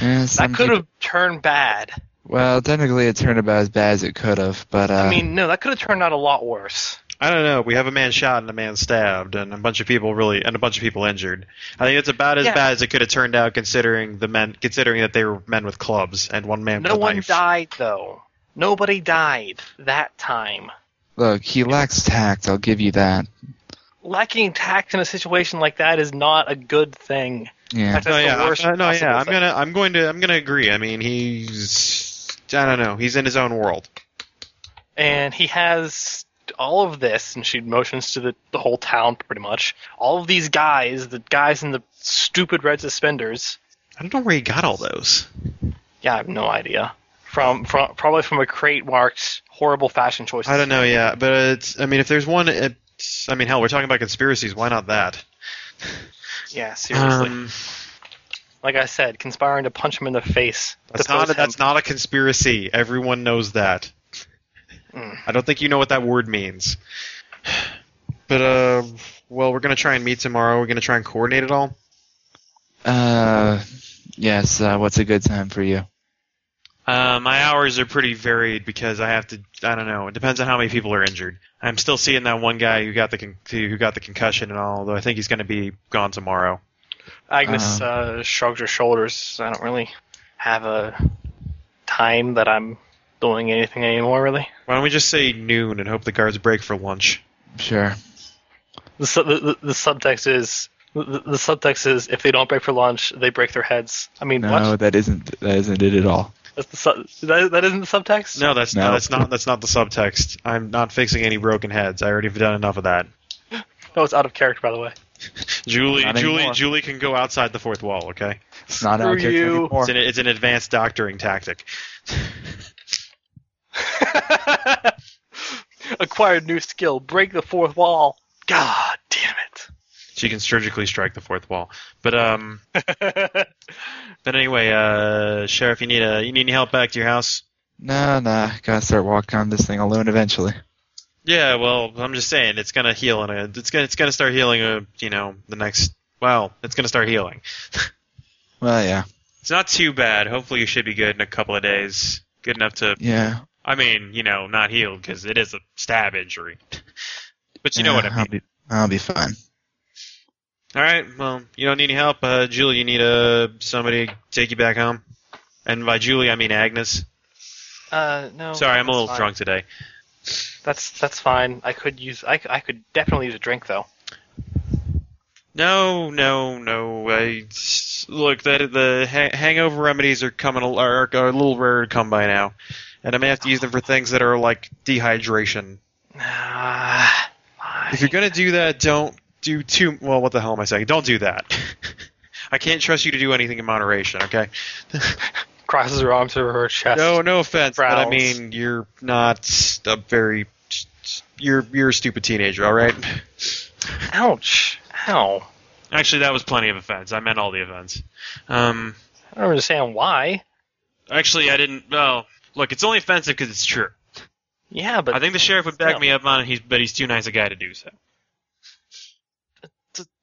Speaker 9: Eh,
Speaker 4: That
Speaker 9: some
Speaker 4: could
Speaker 9: people-
Speaker 4: have turned bad.
Speaker 9: Well, technically, it turned about as bad as it could have, but uh,
Speaker 4: I mean, no, that could have turned out a lot worse.
Speaker 7: I don't know. We have a man shot and a man stabbed, and a bunch of people really and a bunch of people injured. I think it's about as
Speaker 4: Yeah.
Speaker 7: bad as it could have turned out, considering the men, considering that they were men with clubs and one man. with
Speaker 4: No
Speaker 7: a
Speaker 4: one
Speaker 7: knife.
Speaker 4: died, though. Nobody died that time.
Speaker 9: look, he lacks tact. I'll give you that.
Speaker 4: Lacking tact in a situation like that is not a good thing.
Speaker 9: Yeah,
Speaker 4: That's
Speaker 7: No,
Speaker 4: the
Speaker 7: yeah,
Speaker 4: worst
Speaker 7: I, no,
Speaker 4: possible
Speaker 7: yeah. I'm
Speaker 4: thing.
Speaker 7: gonna, I'm going to, I'm gonna agree. I mean, he's, I don't know. He's in his own world.
Speaker 4: And he has all of this, and she motions to the, the whole town pretty much. All of these guys, the guys in the stupid red suspenders.
Speaker 7: I don't know where he got all those.
Speaker 4: Yeah, I have no idea. From, from probably from a crate marked horrible fashion choices.
Speaker 7: I don't know. Yeah, but it's. I mean, if there's one, it's, I mean, hell, we're talking about conspiracies. Why not that?
Speaker 4: Yeah, seriously.
Speaker 7: Um,
Speaker 4: like I said, conspiring to punch him in the face.
Speaker 7: that's
Speaker 4: Depose
Speaker 7: not. A,
Speaker 4: him.
Speaker 7: that's not a conspiracy. Everyone knows that.
Speaker 4: Mm.
Speaker 7: I don't think you know what that word means. But uh, well, we're gonna try and meet tomorrow. We're gonna try and coordinate it all.
Speaker 9: uh, yes. Uh, what's a good time for you?
Speaker 7: Uh, my hours are pretty varied because I have to. I don't know. It depends on how many people are injured. I'm still seeing that one guy who got the con- who got the concussion and all. Though I think he's going to be gone tomorrow.
Speaker 4: Agnes
Speaker 9: Uh,
Speaker 7: Uh-huh.
Speaker 4: uh, shrugged her shoulders. I don't really have a time that I'm doing anything anymore, really.
Speaker 7: Why don't we just say noon and hope the guards break for lunch?
Speaker 9: Sure.
Speaker 4: The, su- the, the, the subtext is the, the subtext is if they don't break for lunch, they break their heads. I mean,
Speaker 9: No,
Speaker 4: what?
Speaker 9: that isn't that isn't it at all.
Speaker 4: That's the su- that, that isn't the subtext.
Speaker 7: No, that's
Speaker 9: No.
Speaker 7: that's not that's not the subtext. I'm not fixing any broken heads. I already have done enough of that.
Speaker 4: no, it's out of character, by the way.
Speaker 7: Julie,
Speaker 9: Not
Speaker 7: Julie,
Speaker 9: anymore.
Speaker 7: Julie can go outside the fourth wall. Okay,
Speaker 9: It's not
Speaker 4: Screw
Speaker 9: out here
Speaker 4: you.
Speaker 9: anymore.
Speaker 7: it's an it's an advanced doctoring tactic.
Speaker 4: Acquired new skill. Break the fourth wall. God damn
Speaker 7: She can surgically strike the fourth wall. But um,
Speaker 4: it.
Speaker 7: but anyway, uh, sheriff, you need a you need any help back to your house?
Speaker 9: Nah, nah. Gotta start walking on this thing alone eventually.
Speaker 7: Yeah, well, I'm just saying it's gonna heal and a, it's gonna it's gonna start healing. Uh, you know, the next well, it's gonna start healing.
Speaker 9: Well, yeah,
Speaker 7: It's not too bad. Hopefully, you should be good in a couple of days. Good enough to
Speaker 9: yeah.
Speaker 7: I mean, you know, not healed because it is a stab injury. but you know what
Speaker 9: yeah,
Speaker 7: I mean.
Speaker 9: I'll be, I'll be fine.
Speaker 7: All right. Well, you don't need any help, uh, Julie. You need uh, somebody to take you back home. And by Julie, I mean Agnes.
Speaker 4: uh, no.
Speaker 7: Sorry, I'm a
Speaker 4: that's
Speaker 7: little
Speaker 4: fine.
Speaker 7: drunk today.
Speaker 4: That's that's fine. I could use. I, c- I could definitely use a drink though.
Speaker 7: No, no, no. I look that the ha- hangover remedies are coming a, are, are a little rare to come by now, and I may have to use them for things that are like dehydration.
Speaker 4: Ah,
Speaker 7: If you're gonna do that, don't do too. Well, what the hell am I saying? Don't do that. I can't trust you to do anything in moderation. Okay.
Speaker 4: crosses her arms over her chest.
Speaker 7: No, no offense, but I
Speaker 4: Frowns.
Speaker 7: mean you're not a very you're you're a stupid teenager, all right?
Speaker 4: Ouch. Ow.
Speaker 7: Actually, that was plenty of offense. I meant all the offense. Um,
Speaker 4: I don't understand why.
Speaker 7: actually, I didn't. Well, look, it's only offensive because it's true.
Speaker 4: Yeah, but
Speaker 7: I think the sheriff would back
Speaker 4: No.
Speaker 7: me up on it. He's but he's too nice a guy to do so.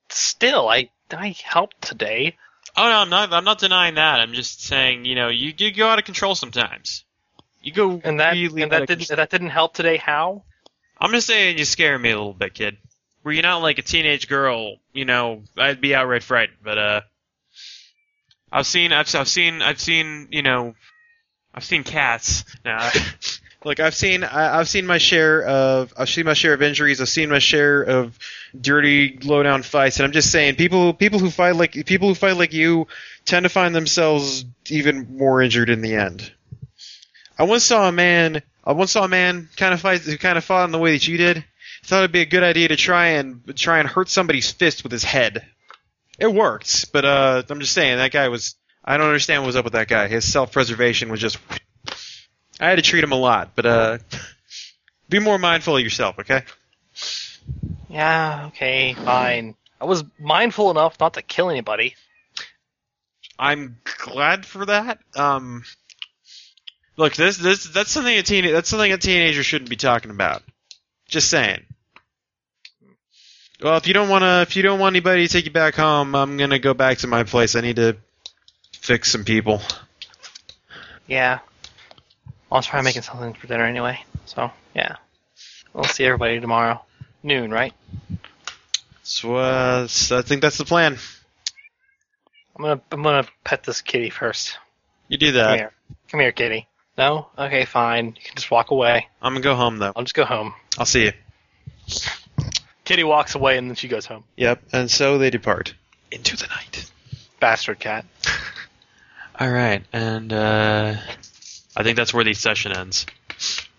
Speaker 4: still, I I helped today.
Speaker 7: Oh no, I'm not. I'm not denying that. I'm just saying, you know, you you go out of control sometimes. You go
Speaker 4: And that
Speaker 7: really
Speaker 4: and
Speaker 7: out
Speaker 4: that
Speaker 7: of
Speaker 4: didn't that didn't help today. How?
Speaker 7: I'm just saying you scare me a little bit, kid. Were you not like a teenage girl, you know, I'd be outright frightened. But uh, I've seen, I've, I've seen, I've seen, you know, I've seen cats. Now, look, I've seen, I, I've seen my share of, I've seen my share of injuries. I've seen my share of dirty, low down fights. And I'm just saying, people, people who fight like, people who fight like you, tend to find themselves even more injured in the end. I once saw a man. I once saw a man kind of fight who kind of fought in the way that you did. Thought it'd be a good idea to try and try and hurt somebody's fist with his head. It worked, but uh, I'm just saying that guy was. I don't understand what was up with that guy. His self-preservation was just. I had to treat him a lot, but uh, be more mindful of yourself, okay?
Speaker 4: Yeah. Okay. Fine. I was mindful enough not to kill anybody.
Speaker 7: I'm glad for that. Um, look, this this that's something a teen that's something a teenager shouldn't be talking about. Just saying. Well, if you don't want to, if you don't want anybody to take you back home, I'm gonna go back to my place. I need to fix some people.
Speaker 4: Yeah. I'll try making something for dinner anyway. So yeah. We'll see everybody tomorrow noon, right?
Speaker 7: So uh, so I think that's the plan.
Speaker 4: I'm gonna I'm gonna pet this kitty first.
Speaker 7: You do
Speaker 4: Come
Speaker 7: that.
Speaker 4: here. Come here, kitty. No? Okay, fine. You can just walk away.
Speaker 7: I'm gonna go home though.
Speaker 4: I'll just go home.
Speaker 7: I'll see you.
Speaker 4: Kitty walks away and then she goes home.
Speaker 7: Yep. And so they depart into the night.
Speaker 4: Bastard cat.
Speaker 7: All right, and uh, I think that's where the session ends.